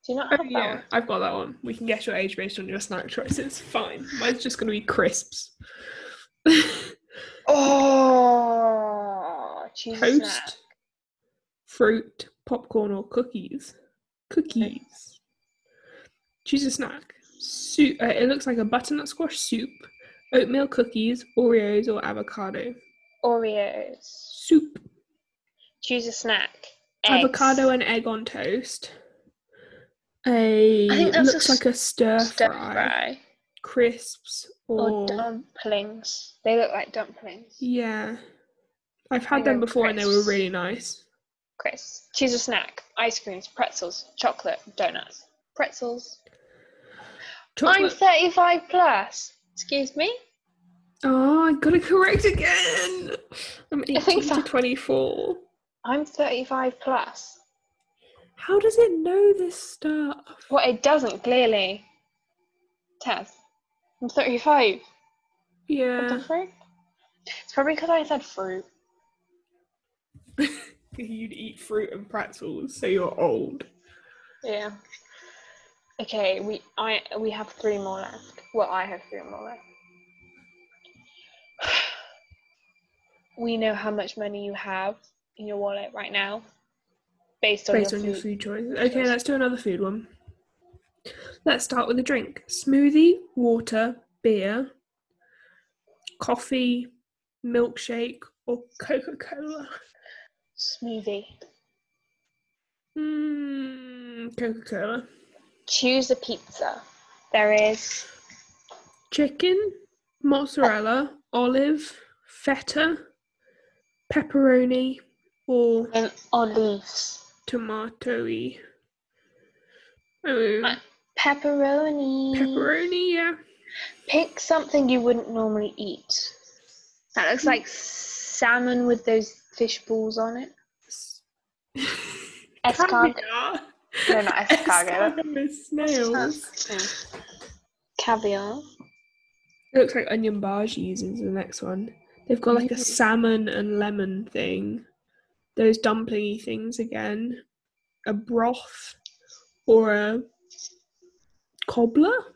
S2: Do you not
S1: Oh
S2: have that
S1: yeah,
S2: one?
S1: I've got that one. We can guess your age based on your snack choices. Fine. Mine's just gonna be crisps.
S2: Oh, choose a snack.
S1: Toast, fruit, popcorn, or cookies. Cookies. Choose a snack. Soup. Uh, it looks like a butternut squash soup, oatmeal cookies, Oreos, or avocado.
S2: Oreos.
S1: Soup.
S2: Choose a snack.
S1: Avocado and egg on toast. A
S2: I think that's a
S1: looks
S2: s-
S1: like a stir,
S2: stir
S1: fry.
S2: fry
S1: Crisps
S2: or
S1: or
S2: dumplings. They look like dumplings.
S1: yeah. I've
S2: I'm
S1: had them
S2: going
S1: before and they were
S2: crisps.
S1: really nice.
S2: Chris, choose a snack. Ice creams, pretzels, chocolate, donuts. Pretzels. I'm
S1: Chocolate.
S2: 35 plus. Excuse me?
S1: Oh, I got it correct again. I'm
S2: I
S1: 18
S2: think so.
S1: to 24.
S2: I'm 35 plus.
S1: How does it know this stuff?
S2: Well, it doesn't, clearly. Tess, I'm 35. What the
S1: Yeah.
S2: frick? It's probably because I said fruit.
S1: You'd eat fruit and pretzels, so you're old.
S2: Yeah. Okay, we I we have three more left. Well, I have three more left. We know how much money you have in your wallet right now, based on
S1: Based
S2: your
S1: on your
S2: food.
S1: food choices. Okay, let's do another food one. Let's start with a drink smoothie, water, beer, coffee, milkshake, or Coca Cola.
S2: smoothie.
S1: Mmm, Coca Cola.
S2: Choose a pizza. There is
S1: Chicken, mozzarella, olive, feta, pepperoni, or
S2: um, olives.
S1: tomato y. Oh,
S2: Pepperoni.
S1: pepperoni, yeah.
S2: Pick something you wouldn't normally eat. That looks like salmon with those fish balls on it. Escargot.
S1: Caviar.
S2: No, not escargot.
S1: Escargot with snails.
S2: Caviar.
S1: It looks like onion bhajis is the next one. They've got like a
S2: Mhm.
S1: salmon and lemon thing, those dumplingy things again, a broth, or a cobbler.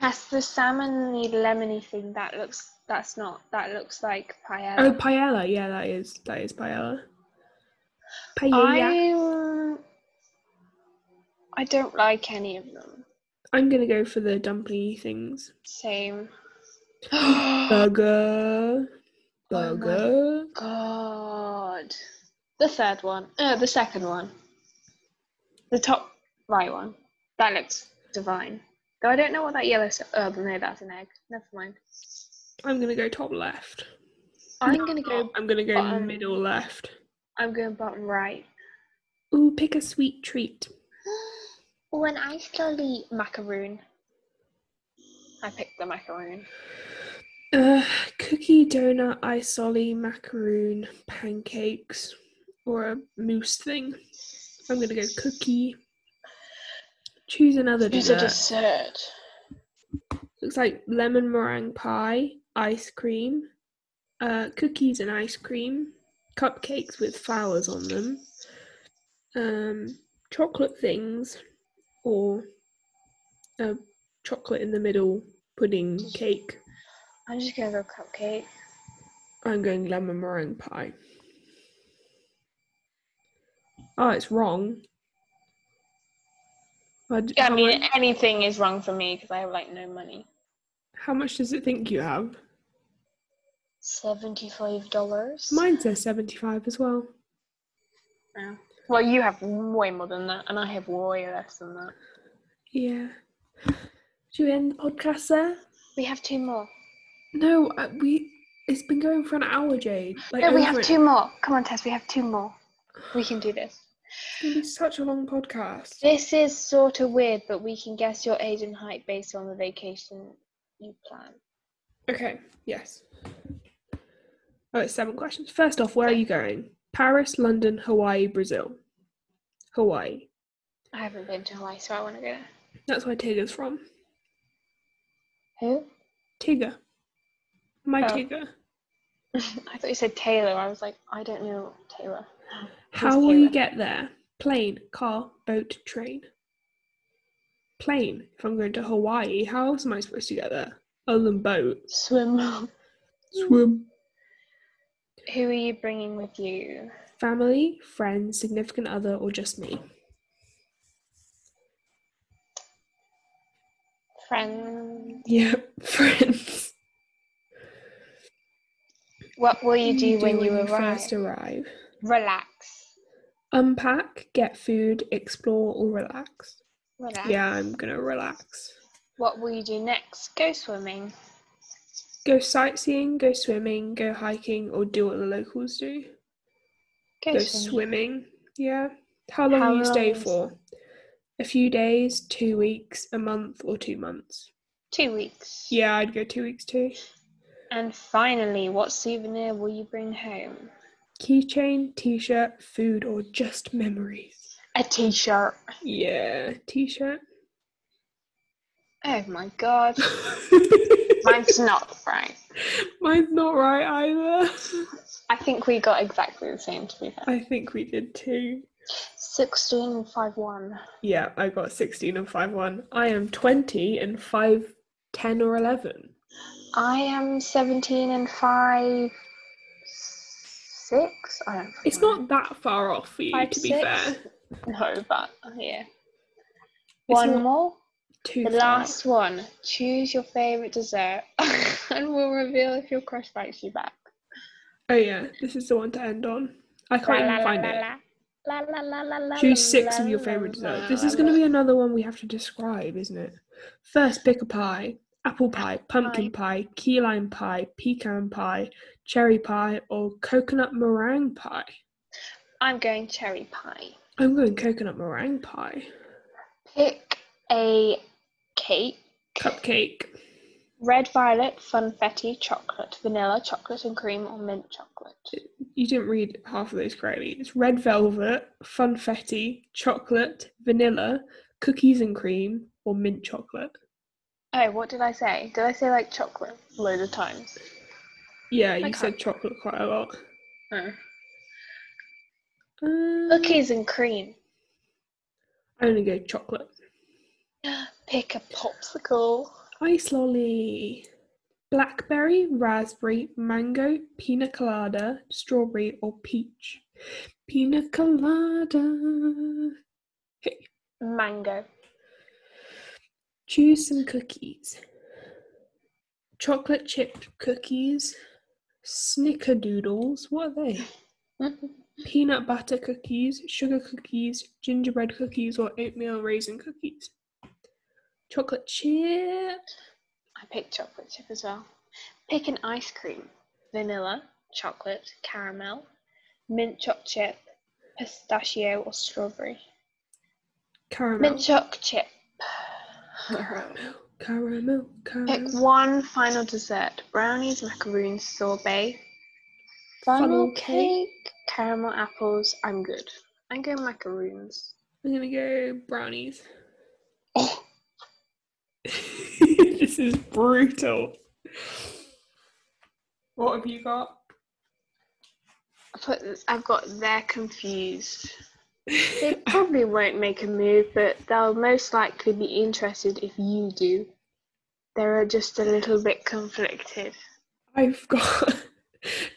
S2: That's the salmon the lemony thing. That looks. That's not. That looks like
S1: Oh,
S2: paella.
S1: paella. Yeah, that is that is paella. Paella.
S2: I. um, I don't like any of them.
S1: I... am gonna go for the dumplingy things.
S2: Same.
S1: Burger.
S2: Oh my-
S1: Burger.
S2: God. The third one. Uh, the second one. The top right one. That looks divine. Though I don't know what that yellow. s- Oh no, that's an egg. Never mind.
S1: I'm gonna go top left.
S2: I'm gonna go.
S1: I'm gonna go
S2: bottom.
S1: middle left.
S2: I'm going bottom right.
S1: Ooh, pick a sweet treat.
S2: When I still eat macaroon, I picked the macaroon.
S1: Uh, cookie, donut, isoli, macaroon, pancakes, or a mousse thing. I'm gonna go cookie. Choose another
S2: It's
S1: dessert.
S2: dessert.
S1: Looks like lemon meringue pie, ice cream, uh, cookies and ice cream, cupcakes with flowers on them, um, chocolate things, or a chocolate in the middle pudding cake.
S2: I'm just gonna go cupcake.
S1: I'm going lemon meringue pie. Oh, it's wrong. I d-
S2: Yeah, I
S1: how,
S2: mean
S1: much,
S2: anything is wrong for me because I have like no money.
S1: how much does it think you have?
S2: Seventy-five dollars.
S1: Mine says 75 as well.
S2: Well, you have way more than that, and I have way less than that.
S1: Yeah. Should we end the podcast there?
S2: We have two more.
S1: No, uh, we. It's been going for an hour, Jade. Like,
S2: No, we
S1: over
S2: have
S1: an-
S2: two more. Come on, Tess. We have two more. We can do this.
S1: It's gonna be such a long podcast.
S2: This is sort of weird, but we can guess your age and height based on the vacation you plan.
S1: Okay. Yes. Oh, it's seven questions. First off, where are you going? Paris, London, Hawaii, Brazil. Hawaii.
S2: I haven't been to Hawaii, so I want to go there.
S1: That's where Tigger's from.
S2: Who?
S1: Tigger. My
S2: Oh.
S1: Tigger.
S2: I thought you said Taylor. I was like, I don't know Taylor.
S1: How will you
S2: Tigger?
S1: get there? Plane, car, boat, train. Plane. If I'm going to Hawaii, how else am I supposed to get there? Other than boat.
S2: Swim. Who
S1: Swim.
S2: are you bringing with you?
S1: Family, friends, significant other, or just me?
S2: Friends.
S1: Yep, friends.
S2: What will you do when you arrive?
S1: first arrive?
S2: Relax.
S1: Unpack, get food, explore, or relax.
S2: Relax.
S1: Yeah, I'm gonna relax.
S2: What will you do next? Go swimming.
S1: Go sightseeing, go swimming, go hiking, or do what the locals do.
S2: Go,
S1: go
S2: swimming.
S1: swimming. Yeah. How long
S2: How
S1: do you stay
S2: long is-
S1: for? A few days, two weeks, a month, or two months.
S2: Two weeks.
S1: Yeah, I'd go two weeks too.
S2: And finally, what souvenir will you bring home?
S1: Keychain, t shirt, food, or just memories.
S2: A t-shirt.
S1: Yeah, t shirt.
S2: Oh my god. Mine's not right.
S1: Mine's not right either.
S2: I think we got exactly the same to be fair.
S1: I think we did too.
S2: 16 and 5 1.
S1: Yeah, I got 16 and 5 1. I am 20 and 5, 10 or 11.
S2: I am 17 and 5 6. I don't
S1: It's
S2: know.
S1: not that far off for you,
S2: Five,
S1: to be
S2: six.
S1: fair.
S2: No, but yeah. One
S1: not
S2: more.
S1: Too
S2: The
S1: far.
S2: last one. Choose your favourite dessert and we'll reveal if your crush bites you back.
S1: Oh, yeah, this is the one to end on. I can't
S2: La, la,
S1: even
S2: la,
S1: find
S2: la,
S1: it.
S2: la. La, la, la, la, la,
S1: Choose
S2: la,
S1: six
S2: la,
S1: of your
S2: la,
S1: favourite
S2: la,
S1: desserts.
S2: la,
S1: This is
S2: la,
S1: going to
S2: la.
S1: be another one we have to describe, isn't it? First, pick a pie apple pie, pumpkin pie, key lime pie, pecan pie, cherry pie, or coconut meringue pie.
S2: I'm going cherry pie.
S1: I'm going coconut meringue pie.
S2: Pick a cake.
S1: Cupcake.
S2: Red violet, funfetti, chocolate, vanilla, chocolate and cream, or mint chocolate.
S1: You didn't read half of those correctly. It's red velvet, funfetti, chocolate, vanilla, cookies and cream, or mint chocolate.
S2: Oh, what did I say? Did I say like chocolate a load of times?
S1: Yeah, you
S2: Okay.
S1: said chocolate quite a lot.
S2: Oh.
S1: Um,
S2: Cookies and cream.
S1: I only go chocolate.
S2: Pick a popsicle.
S1: Ice lolly. Blackberry, raspberry, mango, pina colada, strawberry, or peach. Pina colada.
S2: Mango.
S1: Choose some cookies. Chocolate chip cookies. Snickerdoodles. What are they? Peanut butter cookies, sugar cookies, gingerbread cookies, or oatmeal raisin cookies. Chocolate chip.
S2: I picked chocolate chip as well. Pick an ice cream. Vanilla, chocolate, caramel, mint choc chip, pistachio or strawberry.
S1: Caramel.
S2: Mint choc chip.
S1: Caramel. Caramel.
S2: Pick
S1: Caramel.
S2: one final dessert. Brownies, macaroons, sorbet, funnel,
S1: Funnel
S2: cake, caramel apples. I'm good. I'm going macaroons.
S1: I'm gonna go brownies.
S2: Oh.
S1: this is brutal. What have you got?
S2: I put, I've got they're confused. They probably won't make a move, but they'll most likely be interested if you do. They're just a little bit conflicted.
S1: I've got.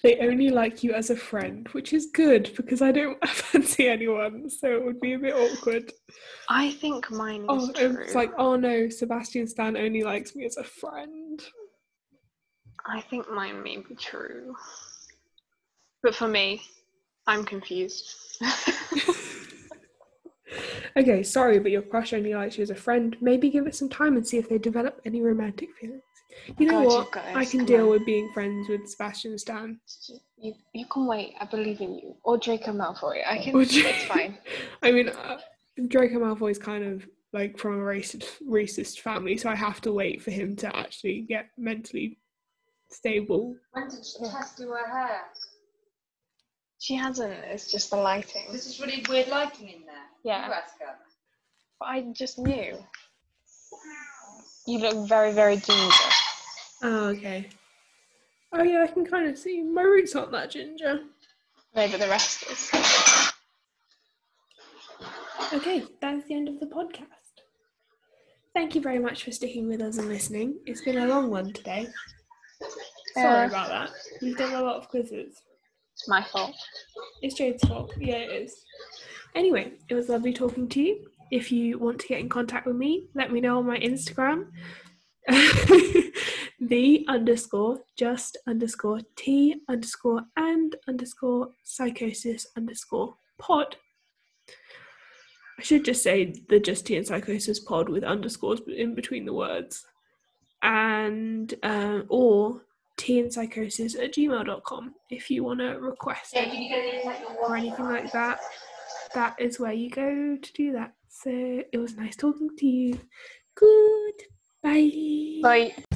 S1: They only like you as a friend, which is good because I don't fancy anyone, so it would be a bit awkward.
S2: I think mine is
S1: Oh,
S2: true.
S1: it's like, oh no, Sebastian Stan only likes me as a friend.
S2: I think mine may be true. But for me, I'm confused.
S1: Okay, sorry, but your crush only likes you as a friend. Maybe give it some time and see if they develop any romantic feelings. You know
S2: God, you
S1: what?
S2: guys,
S1: I can
S2: come
S1: deal
S2: on.
S1: with being friends with Sebastian Stan.
S2: you, you can wait. I believe in you. Or Draco Malfoy. I can.
S1: Or
S2: It's
S1: Dra-
S2: fine.
S1: I mean, uh, Draco Malfoy's kind of like from a racist, racist family, so I have to wait for him to actually get mentally stable.
S3: When did she test do her hair?
S2: She hasn't. It's just the lighting.
S3: This is really weird lighting in there.
S2: Yeah.
S3: You ask her.
S2: But I just knew. You look very, very ginger.
S1: Oh, okay. Oh yeah, I can kind of see my roots aren't that ginger.
S2: No, but the rest is.
S1: Okay, that's the end of the podcast. Thank you very much for sticking with us and listening. It's been a long one today. Sorry
S2: Uh,
S1: about that. We've done a lot of quizzes.
S2: It's my fault.
S1: It's Jade's fault. Yeah, it is. Anyway, it was lovely talking to you. If you want to get in contact with me, let me know on my Instagram. the underscore just underscore t underscore and underscore psychosis underscore pod. I should just say the just t and psychosis pod with underscores in between the words. And um, or t and psychosis at gmail.com if you want to request
S3: Yeah, you can get like your
S1: or anything like that, that is where you go to do that. So it was nice talking to you. Goodbye.
S2: Bye.